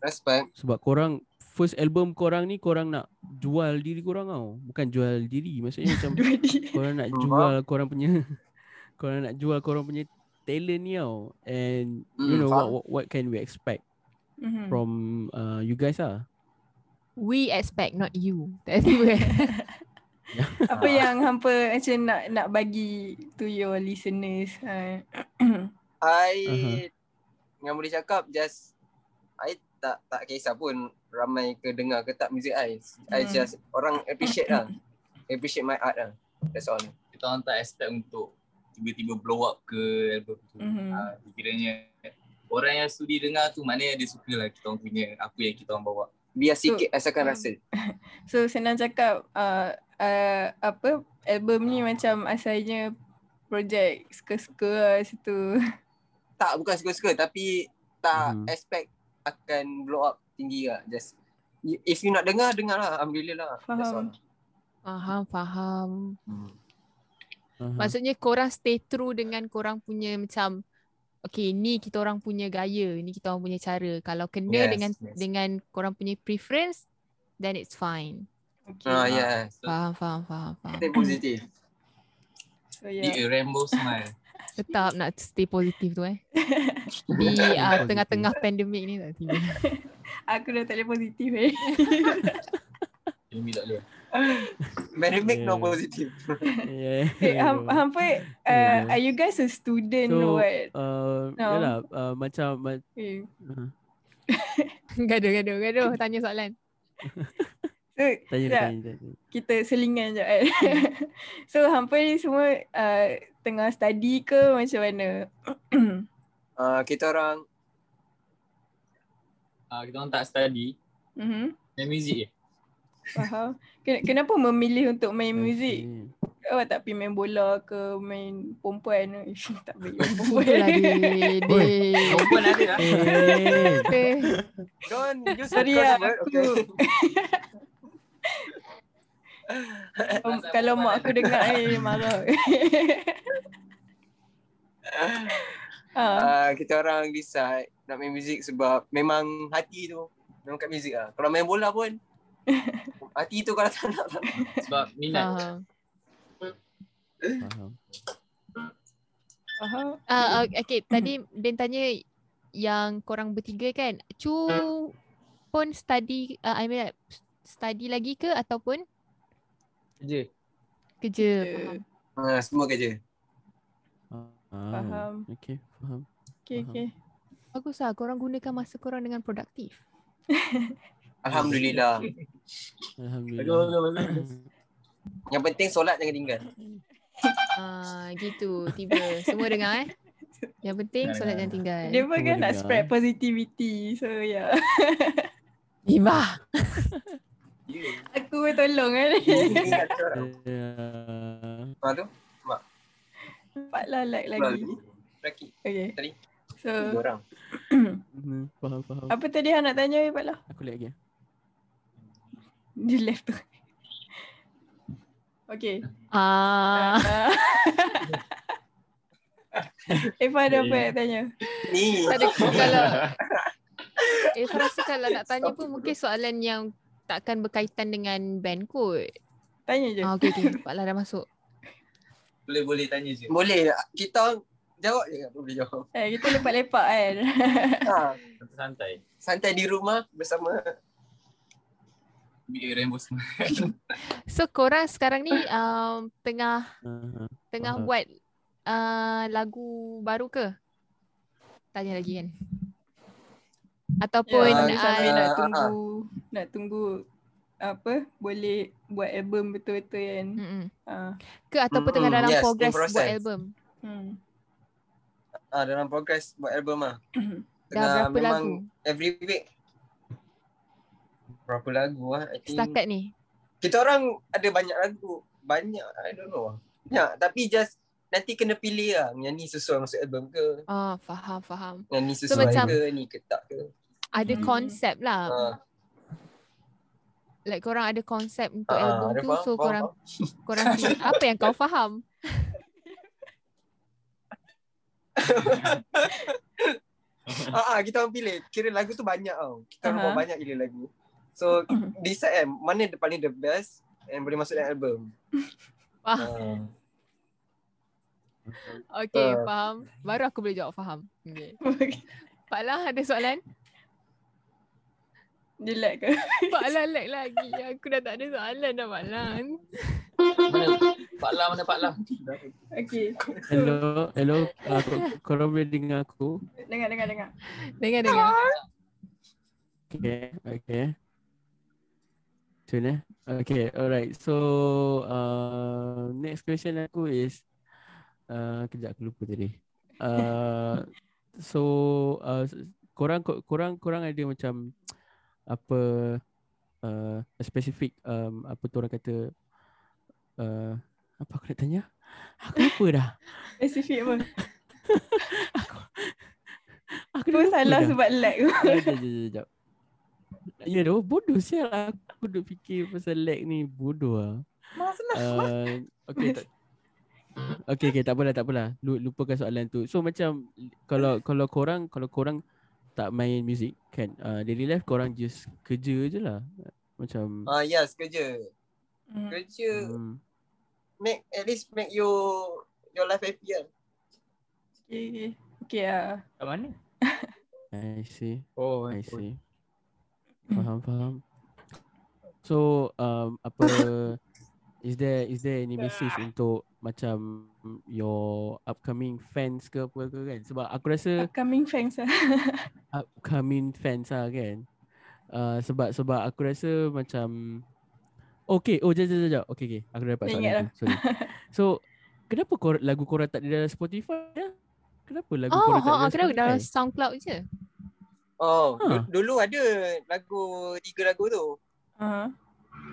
Speaker 3: Respect.
Speaker 5: Sebab korang first album korang ni korang nak jual diri korang tau. Bukan jual diri maksudnya macam
Speaker 2: Dua di-
Speaker 5: korang nak
Speaker 3: Faham.
Speaker 5: jual korang punya korang nak jual korang punya talent ni tau. And you
Speaker 3: Hmm,
Speaker 5: know
Speaker 3: faham.
Speaker 5: what, what what can we expect?
Speaker 2: Mhm.
Speaker 5: from uh, you guys ah.
Speaker 1: We expect not you. Tak tiba.
Speaker 2: Apa
Speaker 5: Ah.
Speaker 2: yang hampa macam nak nak bagi to your listeners. Ha.
Speaker 3: I
Speaker 5: Aha.
Speaker 3: yang boleh cakap just I tak tak kisah pun ramai ke dengar ke tak music I. I
Speaker 2: Hmm.
Speaker 3: just orang appreciate lah. Appreciate my art lah. That's all.
Speaker 6: kita orang tak expect untuk tiba-tiba blow up ke album tu.
Speaker 2: Mhm.
Speaker 6: Mm-hmm. Uh, kiranya orang yang sudi dengar tu maknanya dia suka lah kita orang punya apa yang kita orang bawa.
Speaker 3: Biar sikit asalkan
Speaker 2: Hmm.
Speaker 3: rasa.
Speaker 2: So senang cakap uh, uh, apa album ni macam asalnya projek suka-suka lah situ.
Speaker 3: Tak bukan suka-suka tapi tak
Speaker 5: Mhm.
Speaker 3: expect akan blow up tinggi lah. Just you- if you nak dengar dengar lah. Alhamdulillah. That's
Speaker 2: Faham.
Speaker 3: all.
Speaker 1: faham, faham.
Speaker 3: Hmm.
Speaker 6: Hmm.
Speaker 5: Uh-huh.
Speaker 1: Maksudnya korang stay true dengan korang punya macam Okay ni kita orang punya gaya, ni kita orang punya cara. Kalau kena
Speaker 6: Yes,
Speaker 1: dengan
Speaker 6: yes.
Speaker 1: dengan korang punya preference then it's fine.
Speaker 2: Okay.
Speaker 3: Ah,
Speaker 6: Ah,
Speaker 3: yeah.
Speaker 6: So,
Speaker 1: Faham, faham, faham, faham.
Speaker 3: Stay positive.
Speaker 2: So ya.
Speaker 6: yeah.
Speaker 2: yeah.
Speaker 6: dia rainbow smile.
Speaker 1: Tetap nak stay positif tu eh. Di uh, tengah-tengah pandemik ni tak tiba.
Speaker 2: Aku dah tak boleh positif eh.
Speaker 6: Demi tak boleh.
Speaker 3: Pandemic no
Speaker 5: Yeah.
Speaker 3: positive.
Speaker 5: yeah.
Speaker 2: Okay, ham- hampa uh,
Speaker 5: Yeah.
Speaker 2: are you guys a student
Speaker 5: So,
Speaker 2: so, or what?
Speaker 5: Uh,
Speaker 2: No.
Speaker 5: yalah, uh, macam ma- uh-huh.
Speaker 2: Okay.
Speaker 1: gaduh, gaduh, gaduh. Tanya soalan.
Speaker 2: So
Speaker 5: tanya
Speaker 2: sekejap,
Speaker 5: tanya. tanya.
Speaker 2: kita selingan je kan. so hampa ni semua uh, tengah study ke macam mana?
Speaker 3: Uh, kita orang
Speaker 6: Uh, kita orang tak study.
Speaker 2: Mhm.
Speaker 6: Main muzik je.
Speaker 2: Faham. Ken- Kenapa memilih untuk main muzik?
Speaker 5: Okay.
Speaker 2: Awak tak pergi main bola ke main perempuan? Ish, tak boleh main
Speaker 1: Itulah
Speaker 2: perempuan.
Speaker 1: dia. dia.
Speaker 6: Perempuan ada lah.
Speaker 5: Eh,
Speaker 1: Eh,
Speaker 3: don't use
Speaker 2: Sorry
Speaker 3: the
Speaker 2: lah
Speaker 3: word.
Speaker 2: aku.
Speaker 3: Okay.
Speaker 2: Kalau- Kalau mak aku dengar eh marah. ah,
Speaker 3: Ah, kita orang decide nak main muzik sebab memang hati tu memang kat muzik lah. Kalau main bola pun hati tu kalau tak nak tak nak.
Speaker 6: Sebab minat.
Speaker 1: faham.
Speaker 5: faham.
Speaker 2: faham.
Speaker 1: Ah, uh, okay, tadi Din tanya yang korang bertiga kan, Chu pun study, uh, I mean like, study lagi ke ataupun
Speaker 4: Kerja.
Speaker 1: kerja?
Speaker 2: Kerja.
Speaker 1: Faham.
Speaker 3: Ah, semua kerja.
Speaker 5: Ah,
Speaker 2: Faham.
Speaker 5: Okay, faham.
Speaker 2: Okay, okay.
Speaker 1: Bagus lah, korang gunakan masa korang dengan produktif.
Speaker 3: Alhamdulillah.
Speaker 5: Alhamdulillah.
Speaker 3: Yang penting solat jangan tinggal.
Speaker 1: Ah, gitu, tiba. Semua dengar eh. Yang penting
Speaker 6: Dengar,
Speaker 1: solat jangan
Speaker 6: dengar.
Speaker 1: tinggal.
Speaker 2: Dia pun kan nak
Speaker 5: Dengar,
Speaker 2: spread
Speaker 5: eh.
Speaker 2: positivity. So ya. yeah.
Speaker 1: Ibah.
Speaker 2: Aku pun tolong kan.
Speaker 3: Ingat kita orang.
Speaker 5: Yeah.
Speaker 3: Ah, tu.
Speaker 2: Empat lah like lagi.
Speaker 3: Raki.
Speaker 2: Okay.
Speaker 3: Tadi.
Speaker 2: So
Speaker 3: Tiga orang.
Speaker 2: Mm-hmm.
Speaker 5: Mhm, Faham, faham.
Speaker 2: apa tadi Han nak tanya Pak lah?
Speaker 5: Aku lihat lagi.
Speaker 2: Dia left tu. Okay.
Speaker 1: Ah,
Speaker 2: Ah. Eva ada apa nak tanya?
Speaker 3: Ni.
Speaker 1: tak ada kalau Eh, aku rasa kalau nak tanya pun mungkin soalan yang takkan berkaitan dengan band kot.
Speaker 2: Tanya je.
Speaker 1: Ah, okay, okay. Pak Lah dah masuk.
Speaker 6: Boleh boleh tanya je.
Speaker 3: Boleh tak? Kita jawab je tak boleh jawab.
Speaker 2: Eh, kita lepak-lepak kan.
Speaker 3: Ha,
Speaker 6: Santai.
Speaker 3: santai di rumah bersama
Speaker 6: Biar rainbow semua.
Speaker 1: So korang sekarang ni um, tengah
Speaker 5: Uh,
Speaker 1: tengah
Speaker 5: Faham.
Speaker 1: buat uh, lagu baru ke? Tanya lagi kan.
Speaker 2: Ya,
Speaker 1: Ataupun
Speaker 2: yeah,
Speaker 1: yeah, uh,
Speaker 3: sama-sama.
Speaker 2: nak
Speaker 3: ah, ah.
Speaker 2: tunggu nak tunggu apa boleh buat album betul-betul kan.
Speaker 1: mm-mm.
Speaker 2: Ah.
Speaker 1: ke ataupun tengah
Speaker 3: Mm-mm,
Speaker 1: dalam
Speaker 3: yes, in
Speaker 1: progress buat
Speaker 3: process.
Speaker 1: album.
Speaker 2: Hmm.
Speaker 3: ah, dalam progress buat album ah.
Speaker 1: Dah berapa
Speaker 3: memang
Speaker 1: lagu
Speaker 3: every week berapa lagu ah? I think
Speaker 1: setakat ni?
Speaker 3: kita orang ada banyak lagu. Banyak, I don't know. Ya, tapi just nanti kena pilih lah yang ni sesuai masuk album ke,
Speaker 1: Ah, faham faham.
Speaker 3: yang ni
Speaker 1: So,
Speaker 3: sesuai
Speaker 1: macam-
Speaker 3: ke, ni ke tak ke.
Speaker 1: Ada
Speaker 3: Mm.
Speaker 2: Hmm.
Speaker 1: konsep lah.
Speaker 3: Ah,
Speaker 1: Like korang ada konsep untuk
Speaker 3: ah,
Speaker 1: album
Speaker 3: ada
Speaker 1: tu
Speaker 3: faham,
Speaker 1: so
Speaker 3: faham,
Speaker 1: korang
Speaker 3: faham.
Speaker 1: korang apa yang kau faham?
Speaker 3: Ah, ah, kita orang pilih. Kira lagu tu banyak tau. Kita orang
Speaker 2: Aha.
Speaker 3: buat banyak gila lagu. So decide kan mana the paling the best and boleh masuk dalam album.
Speaker 1: Wah,
Speaker 3: Ah.
Speaker 1: okay,
Speaker 3: Ah.
Speaker 1: faham. Baru aku boleh jawab faham. Okay. Pak Lah ada soalan?
Speaker 2: Dia lag ke?
Speaker 1: Pak Lah lag lagi. Aku dah tak ada soalan dah Pak Lah.
Speaker 6: Mana Pak Lah mana Pak Lah?
Speaker 2: Okey.
Speaker 5: hello, hello. Uh, kor- korang boleh dengar aku?
Speaker 2: Dengar dengar dengar.
Speaker 1: Dengar dengar.
Speaker 5: Okay, okay. Tune eh. Okay, alright. So, uh, next question aku is, uh, kejap aku lupa tadi. Uh, so, uh, s- korang ko- korang korang ada macam apa uh, a specific um, apa tu orang kata uh, apa aku nak tanya? Aku lupa dah.
Speaker 2: Spesifik apa?
Speaker 5: Aku dah
Speaker 2: Aku
Speaker 5: lupa
Speaker 2: salah
Speaker 5: dah.
Speaker 2: sebab lag.
Speaker 5: Jap, jap, jap, jap, jap. Ya doh, bodoh sial aku duk fikir pasal lag ni bodoh ah.
Speaker 2: Masalah.
Speaker 5: Uh, okay, tak, okay, okay, tak apalah, tak apalah. Lu, lupakan soalan tu. So macam kalau kalau korang kalau korang tak main muzik kan, uh, daily life korang just kerja je lah. Macam
Speaker 3: Ah yes, kerja. Kerja
Speaker 5: hmm,
Speaker 3: make at least make you your life happy kan.
Speaker 2: Okey okey. Okey ah.
Speaker 4: Kat mana?
Speaker 5: I see.
Speaker 4: Oh,
Speaker 5: I
Speaker 4: oh.
Speaker 5: see.
Speaker 1: Hmm.
Speaker 5: Faham, faham. So, um, apa is there is there any message untuk macam your upcoming fans ke apa ke kan? Sebab aku rasa
Speaker 1: Ya.
Speaker 2: Upcoming fans lah.
Speaker 5: upcoming fans lah kan. Uh, sebab sebab aku rasa macam Okay, oh jap jap jap, jap. Okay, okay. Aku dah dapat
Speaker 2: Dah
Speaker 5: soalan
Speaker 1: lah.
Speaker 2: ingat
Speaker 5: tu. Sorry. So, kenapa kor lagu korang tak ada dalam Spotify ya? Kenapa lagu
Speaker 1: Oh,
Speaker 5: korang
Speaker 1: ha,
Speaker 5: tak ada
Speaker 1: kenapa
Speaker 5: dalam Spotify?
Speaker 1: dalam SoundCloud je?
Speaker 3: Oh,
Speaker 5: Ha.
Speaker 3: huh. dulu ada lagu tiga lagu tu.
Speaker 2: Uh-huh.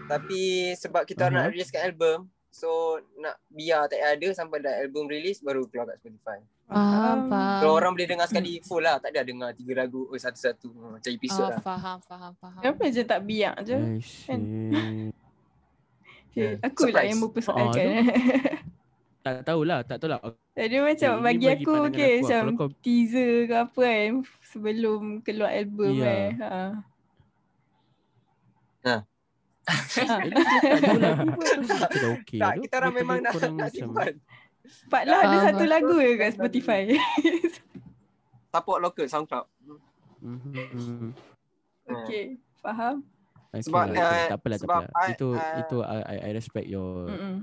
Speaker 3: Tapi sebab kita
Speaker 5: Aha.
Speaker 3: uh-huh. nak release kat album, so nak biar tak payah ada sampai dah album release baru keluar kat Spotify.
Speaker 2: Ah.
Speaker 1: Faham,
Speaker 3: Kalau
Speaker 1: faham.
Speaker 3: orang boleh dengar sekali full lah, tak ada dengar tiga lagu oh, satu-satu Ha, macam
Speaker 1: Ah,
Speaker 3: episod lah.
Speaker 1: faham, faham, faham.
Speaker 2: Kenapa je tak biak je?
Speaker 5: I
Speaker 1: Kan?
Speaker 5: see.
Speaker 2: Okay,
Speaker 3: Yeah.
Speaker 2: aku lah
Speaker 3: Surprise.
Speaker 2: yang
Speaker 5: Ah,
Speaker 2: mempersoalkan.
Speaker 5: tak tahulah, tak tahulah.
Speaker 2: Jadi macam
Speaker 5: ini
Speaker 2: bagi
Speaker 5: bagi
Speaker 2: aku
Speaker 5: pandangan
Speaker 2: okay,
Speaker 5: aku lah.
Speaker 2: macam
Speaker 5: Kalau kau-
Speaker 2: teaser ke apa kan sebelum keluar album
Speaker 5: Ya.
Speaker 2: yeah. eh. Ha.
Speaker 3: Ha.
Speaker 2: Ah.
Speaker 5: Eh, tak tahulah. Aku pun rasa macam dah okay.
Speaker 3: tak,
Speaker 5: tu.
Speaker 3: kita orang
Speaker 5: Daripada
Speaker 3: memang nak,
Speaker 5: korang
Speaker 3: nak
Speaker 5: macam-
Speaker 3: simpan.
Speaker 2: Pak lah ada
Speaker 1: Ah.
Speaker 2: satu lagu je kat Spotify.
Speaker 3: Support local SoundCloud. Ha,
Speaker 5: Mhm, mhm.
Speaker 2: okay, faham?
Speaker 5: Okay
Speaker 3: Sebab,
Speaker 5: lah, okay.
Speaker 3: uh,
Speaker 5: tak apalah, tak
Speaker 3: sebab
Speaker 5: apalah.
Speaker 3: I-
Speaker 5: itu
Speaker 3: uh,
Speaker 5: itu I, I- I respect your
Speaker 2: Mm-mm.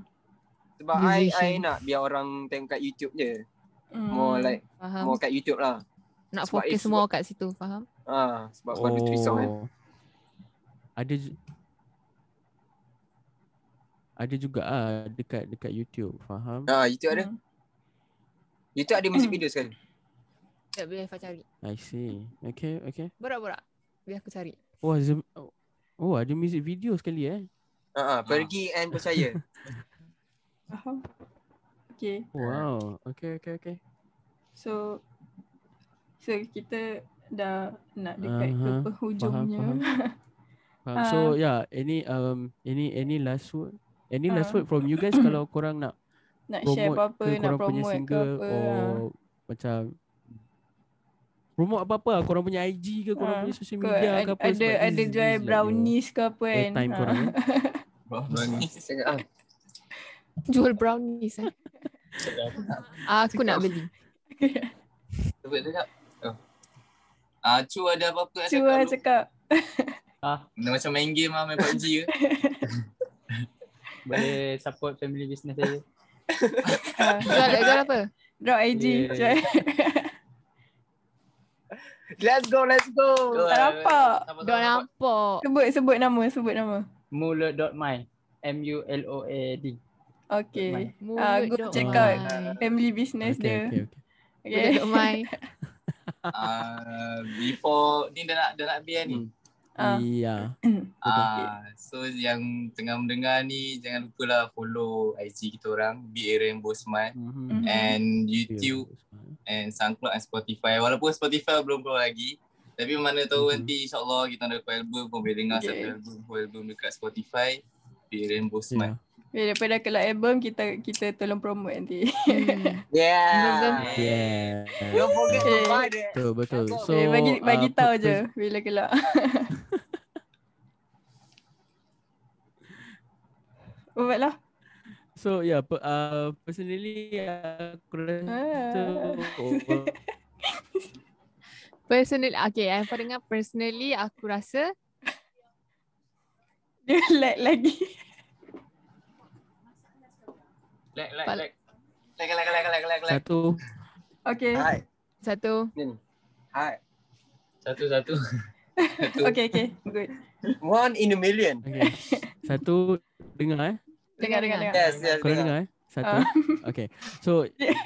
Speaker 3: Sebab I, I
Speaker 1: Musician.
Speaker 3: nak biar orang tengok kat YouTube je.
Speaker 2: Mm.
Speaker 3: More like
Speaker 1: Faham.
Speaker 3: more kat YouTube lah.
Speaker 1: Nak
Speaker 3: sebab
Speaker 1: fokus
Speaker 3: it's-
Speaker 1: semua kat situ, faham?
Speaker 3: Ah, sebab baru three song kan.
Speaker 5: Oh. Ada ju- ada juga ah dekat dekat YouTube, faham?
Speaker 3: Ah, YouTube ada.
Speaker 2: Mm.
Speaker 3: YouTube ada music video sekali.
Speaker 1: Tak boleh Fah cari.
Speaker 5: I see. Okay, okay.
Speaker 1: Borak-borak. Biar aku cari.
Speaker 5: Oh, ada, oh ada music video sekali eh.
Speaker 3: Ah, ah, pergi and percaya.
Speaker 2: Faham? Okay,
Speaker 5: Wow. Okay, okay, okay.
Speaker 2: so so kita dah nak dekat
Speaker 5: Aha,
Speaker 2: ke penghujungnya.
Speaker 5: faham, Faham. so
Speaker 2: Ah.
Speaker 5: yeah, any um any any last word? Any last
Speaker 2: Ah.
Speaker 5: word from you guys kalau korang nak
Speaker 2: Nak share
Speaker 5: promote
Speaker 2: apa-apa,
Speaker 5: ke
Speaker 2: nak
Speaker 5: korang punya
Speaker 2: promote ke
Speaker 5: single
Speaker 2: apa. ha.
Speaker 5: or macam promote apa-apa lah. korang punya IG ke korang
Speaker 2: Ah,
Speaker 5: punya social
Speaker 2: Ke,
Speaker 5: media ke
Speaker 2: ada
Speaker 5: apa
Speaker 2: ada,
Speaker 5: sebab this
Speaker 2: ada
Speaker 5: is- this
Speaker 2: jual
Speaker 5: is like your
Speaker 2: brownies ke apa kan.
Speaker 5: airtime
Speaker 2: Ah.
Speaker 5: korang. eh.
Speaker 6: Brownies.
Speaker 3: Sangat ah.
Speaker 1: Jual brownies eh. Ah, Aku nak beli.
Speaker 6: Sebut sedap. Oh. Ah, Chu ada apa-apa nak
Speaker 2: Cua
Speaker 6: cakap?
Speaker 2: cakap.
Speaker 6: Lu? Benda Macam main game lah, main PUBG ke?
Speaker 4: Boleh support family business saya.
Speaker 2: Ah,
Speaker 1: Jual, jual apa?
Speaker 2: Drop IG.
Speaker 4: Yeah.
Speaker 2: Yeah.
Speaker 3: Let's go, let's go.
Speaker 2: tak nampak.
Speaker 1: Dok nampak.
Speaker 2: Sebut sebut nama, sebut nama.
Speaker 4: Mula.my. M-U-L-O-A-D.
Speaker 2: Okay. Ah,
Speaker 1: Mulut
Speaker 2: go
Speaker 1: dok
Speaker 2: check
Speaker 1: mai.
Speaker 2: out. Family business
Speaker 5: okay,
Speaker 2: dia.
Speaker 5: okay, okay.
Speaker 1: Mulut
Speaker 2: Okay.
Speaker 1: dok mai.
Speaker 6: Ah, before ni dah nak dah nak habis kan ni.
Speaker 5: Hmm.
Speaker 2: Ah.
Speaker 5: Yeah.
Speaker 6: Ah, so yang tengah mendengar ni jangan lupalah follow IG kita orang BA Rainbow Smile
Speaker 5: Mhm.
Speaker 2: Mhm.
Speaker 6: and YouTube and SoundCloud and Spotify. Walaupun Spotify belum keluar lagi, tapi mana tahu
Speaker 5: Mhm.
Speaker 6: nanti insyaAllah kita ada full album pun boleh dengar satu
Speaker 2: Okay.
Speaker 6: album full album dekat Spotify BA Rainbow
Speaker 5: Yeah.
Speaker 6: Smile.
Speaker 2: Okay, daripada keluar album kita kita tolong promote nanti.
Speaker 1: Hmm.
Speaker 3: Yeah.
Speaker 6: Betul.
Speaker 5: Yeah.
Speaker 3: Don't forget to
Speaker 2: Okay.
Speaker 3: buy the
Speaker 5: Betul, betul.
Speaker 3: Okay,
Speaker 5: So,
Speaker 2: So, bagi bagi
Speaker 5: ah,
Speaker 2: tahu
Speaker 5: purpose-
Speaker 2: je bila keluar. Ubat lah.
Speaker 5: So yeah, per, uh, personally aku rasa
Speaker 2: Ah.
Speaker 5: over-
Speaker 1: Personally, okay, yang kau dengar personally aku rasa
Speaker 2: Dia lag lagi.
Speaker 6: Like like
Speaker 1: Pal-
Speaker 6: like. Like like like like like like.
Speaker 5: satu
Speaker 2: Okay.
Speaker 3: Hi.
Speaker 1: satu
Speaker 3: Hi.
Speaker 6: Satu satu. satu.
Speaker 2: Okay, okay. Good.
Speaker 3: One in a million.
Speaker 5: okay. satu dengar eh.
Speaker 2: Dengar, dengar, dengar.
Speaker 3: Yes, yes.
Speaker 5: Korang
Speaker 3: dengar.
Speaker 5: dengar eh. Satu.
Speaker 2: Ah.
Speaker 5: Okay. So
Speaker 2: Yeah.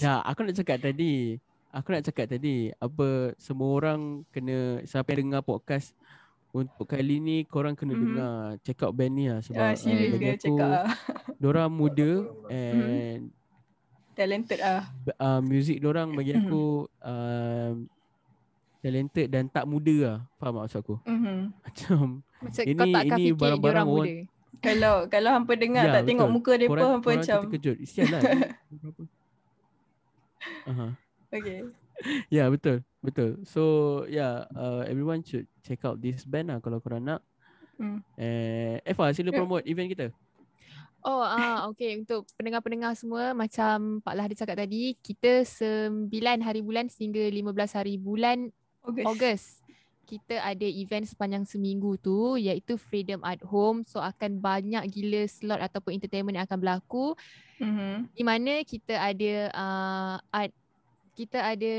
Speaker 5: ya, aku nak cakap tadi. Aku nak cakap tadi apa semua orang kena siapa yang dengar podcast untuk kali ni korang kena
Speaker 2: Mhm.
Speaker 5: dengar check out band ni lah sebab
Speaker 2: Ah,
Speaker 5: uh,
Speaker 2: serius Mhm.
Speaker 5: bagi
Speaker 2: ke
Speaker 5: aku
Speaker 2: cakap ah.
Speaker 5: dorang muda and
Speaker 2: Talented ah.
Speaker 5: b- uh, music dorang bagi aku uh, talented dan tak muda lah. Faham tak maksud aku?
Speaker 2: Mhm.
Speaker 5: Macam
Speaker 1: macam
Speaker 5: Ini-
Speaker 1: kau takkan fikir
Speaker 5: ini
Speaker 1: barang -barang
Speaker 5: barang-barang
Speaker 1: orang muda.
Speaker 2: Kalau kalau hampa dengar
Speaker 5: Ya,
Speaker 2: tak tengok
Speaker 5: betul.
Speaker 2: muka depa
Speaker 5: korang,
Speaker 2: hampa
Speaker 5: korang
Speaker 2: macam
Speaker 5: terkejut. Sial lah. ni berapa? Aha.
Speaker 2: okay.
Speaker 5: Ya, betul. Betul. So, yeah, uh, everyone should check out this band lah kalau korang nak.
Speaker 2: Hmm. Ya.
Speaker 5: Eh, Eva, sila promote event kita.
Speaker 1: Oh, ah, okay. Untuk pendengar-pendengar semua, macam Pak Lah ada cakap tadi, kita 9 hari bulan sehingga 15 hari bulan
Speaker 2: August.
Speaker 1: Ogos kita ada event sepanjang seminggu tu iaitu Freedom at Home so akan banyak gila slot ataupun entertainment yang akan berlaku
Speaker 2: Mhm.
Speaker 1: di mana kita ada uh, art kita ada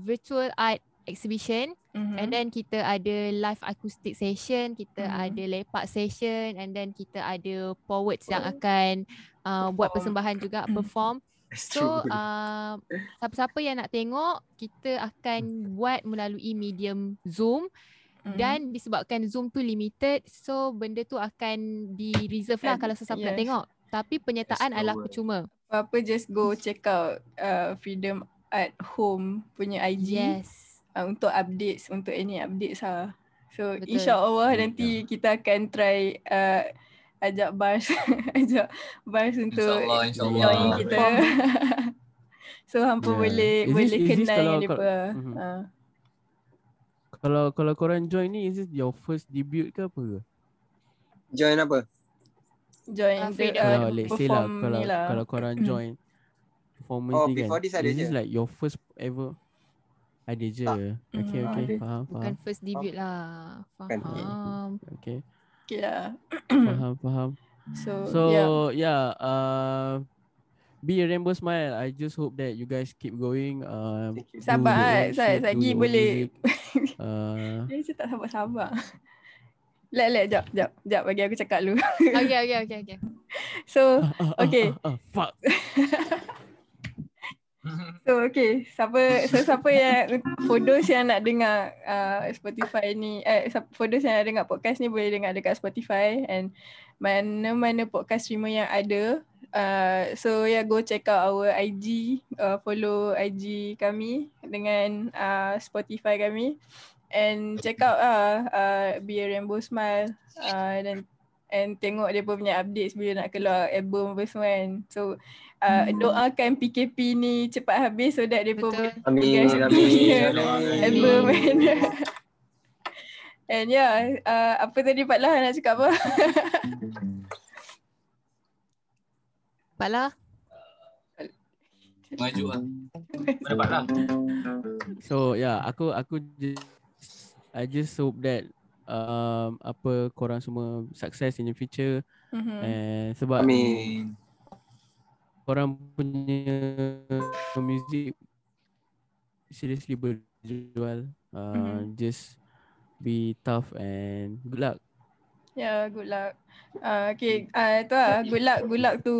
Speaker 1: virtual art exhibition
Speaker 2: Mhm.
Speaker 1: and then kita ada live acoustic session kita
Speaker 2: Mhm.
Speaker 1: ada lepak session and then kita ada poets yang akan uh, buat
Speaker 2: Perform.
Speaker 1: persembahan juga perform So uh, siapa-siapa yang nak tengok kita akan buat melalui medium Zoom
Speaker 2: Mhm.
Speaker 1: dan disebabkan Zoom tu limited so benda tu akan di reserve lah
Speaker 2: Kan,
Speaker 1: kalau sesiapa nak
Speaker 2: yes.
Speaker 1: tengok. Tapi penyertaan
Speaker 6: Yes,
Speaker 1: adalah
Speaker 6: power.
Speaker 1: percuma.
Speaker 2: apa-apa just go check out uh, Freedom at Home punya IG
Speaker 1: Yes.
Speaker 2: uh, untuk updates untuk any updates lah. So
Speaker 1: Betul.
Speaker 2: insya-Allah
Speaker 5: Hmm,
Speaker 2: nanti kita akan try uh, ajak Bars ajak Bars untuk
Speaker 6: InsyaAllah insyaAllah.
Speaker 2: join
Speaker 5: Ya.
Speaker 2: kita. so hampa
Speaker 5: Yeah.
Speaker 2: boleh
Speaker 5: Ya. Is this-
Speaker 2: boleh
Speaker 5: is this
Speaker 2: kenal
Speaker 5: kalau
Speaker 2: dengan
Speaker 5: kau-
Speaker 2: depa.
Speaker 5: Mhm.
Speaker 2: Uh,
Speaker 5: Kalau kalau korang join ni, is this your first debut ke apa? ke?
Speaker 3: Join apa?
Speaker 2: join
Speaker 1: Ah,
Speaker 2: the,
Speaker 1: Freedom.
Speaker 2: uh,
Speaker 5: Kalau let's say lah,
Speaker 2: perform
Speaker 5: kalau,
Speaker 2: ni lah.
Speaker 5: kalau korang join performance
Speaker 3: Oh,
Speaker 5: ni kan.
Speaker 3: before this ada
Speaker 5: is this
Speaker 3: je.
Speaker 5: like your first ever? Ada je. Okay,
Speaker 2: Mhm,
Speaker 5: okay.
Speaker 2: ada.
Speaker 5: Faham, faham.
Speaker 1: Bukan first debut lah.
Speaker 3: Kan.
Speaker 1: Faham.
Speaker 5: Okay.
Speaker 2: Okay lah.
Speaker 5: Faham, faham.
Speaker 2: So, ya. so
Speaker 5: So
Speaker 2: yeah.
Speaker 5: yeah, uh, be a rainbow smile. I just hope that you guys keep going. Um,
Speaker 3: Thank you.
Speaker 5: do
Speaker 2: Sabar, eh.
Speaker 5: your own
Speaker 2: Saya-
Speaker 5: shit,
Speaker 2: saya
Speaker 5: do
Speaker 2: lagi
Speaker 5: your own
Speaker 2: boleh.
Speaker 5: music. Uh,
Speaker 2: Dia macam tak sabar-sabar. Lek, lek, jap, jap, jap bagi aku cakap dulu.
Speaker 1: Okay, okay, okay, okay.
Speaker 2: So,
Speaker 5: ah, ah, ah,
Speaker 2: Okay.
Speaker 5: ah, ah, fuck.
Speaker 2: So okay, siapa so siapa yang for those yang nak dengar uh, Spotify ni eh siap- for those yang nak dengar podcast ni boleh dengar dekat Spotify and mana-mana podcast streamer yang ada. Uh, so yeah go check out our IG, uh, follow IG kami dengan uh, Spotify kami and check out uh, uh, Be a Rainbow Smile uh, dan and tengok dia punya updates bila nak keluar album apa semua kan. So uh, doakan PKP ni cepat habis so that dia pun
Speaker 1: Betul.
Speaker 3: Amin,
Speaker 2: Guys,
Speaker 3: amin.
Speaker 2: yeah. album kan. And yeah, uh, apa tadi Pak Lah nak cakap apa?
Speaker 1: Dapat lah.
Speaker 6: Maju lah. Kau dapat lah.
Speaker 5: So yeah, aku aku just I just hope that um, apa korang semua success in the future Eh,
Speaker 2: Mhm.
Speaker 5: and sebab
Speaker 3: Amin.
Speaker 5: korang punya music seriously berjual. Uh,
Speaker 2: Mhm.
Speaker 5: Just be tough and good luck.
Speaker 2: Yeah, Ya, good luck. Uh, okay, uh, tu lah. Good luck, good luck to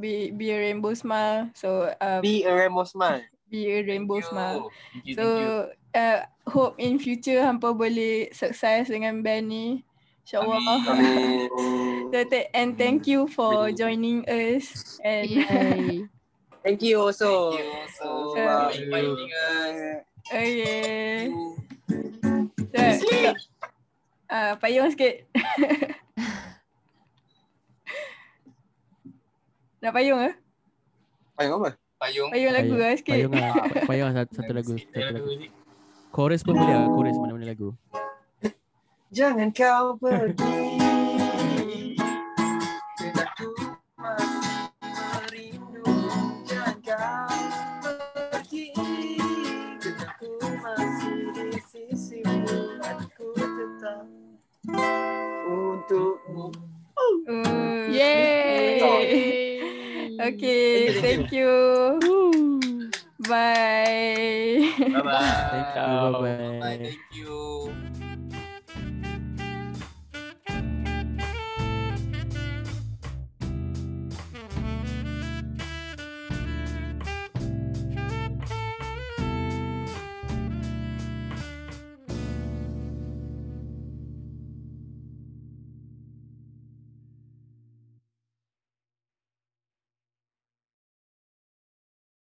Speaker 2: be, be a rainbow smile. So, uh, be,
Speaker 3: Be a Ramos man.
Speaker 2: a rainbow
Speaker 6: Thank you.
Speaker 2: smile.
Speaker 6: Thank you,
Speaker 2: So,
Speaker 6: thank you.
Speaker 2: uh, hope in future hampa boleh sukses dengan band ni. InsyaAllah.
Speaker 3: Amin.
Speaker 2: So, th- and thank you for joining us. And
Speaker 1: Yay.
Speaker 3: Thank you also.
Speaker 6: Thank you also.
Speaker 2: Uh,
Speaker 6: for inviting us.
Speaker 2: okay.
Speaker 6: You-
Speaker 2: So, uh, payung sikit. Nak payung ke?
Speaker 3: Ayuh apa?
Speaker 6: Payung.
Speaker 2: Payung lagu lah sikit.
Speaker 5: Payung lah, payung lah satu, satu lagu, satu lagu. Chorus pun boleh lah, chorus mana-mana lagu.
Speaker 3: Jangan kau pergi Dan aku masih merindu Jangan kau pergi Dan aku masih di sisimu Aku tetap untukmu
Speaker 2: Uh,
Speaker 1: Yay.
Speaker 2: Okay, thank you. Bye.
Speaker 6: Bye-bye.
Speaker 5: Thank you, bye-bye.
Speaker 6: Bye-bye. Thank you.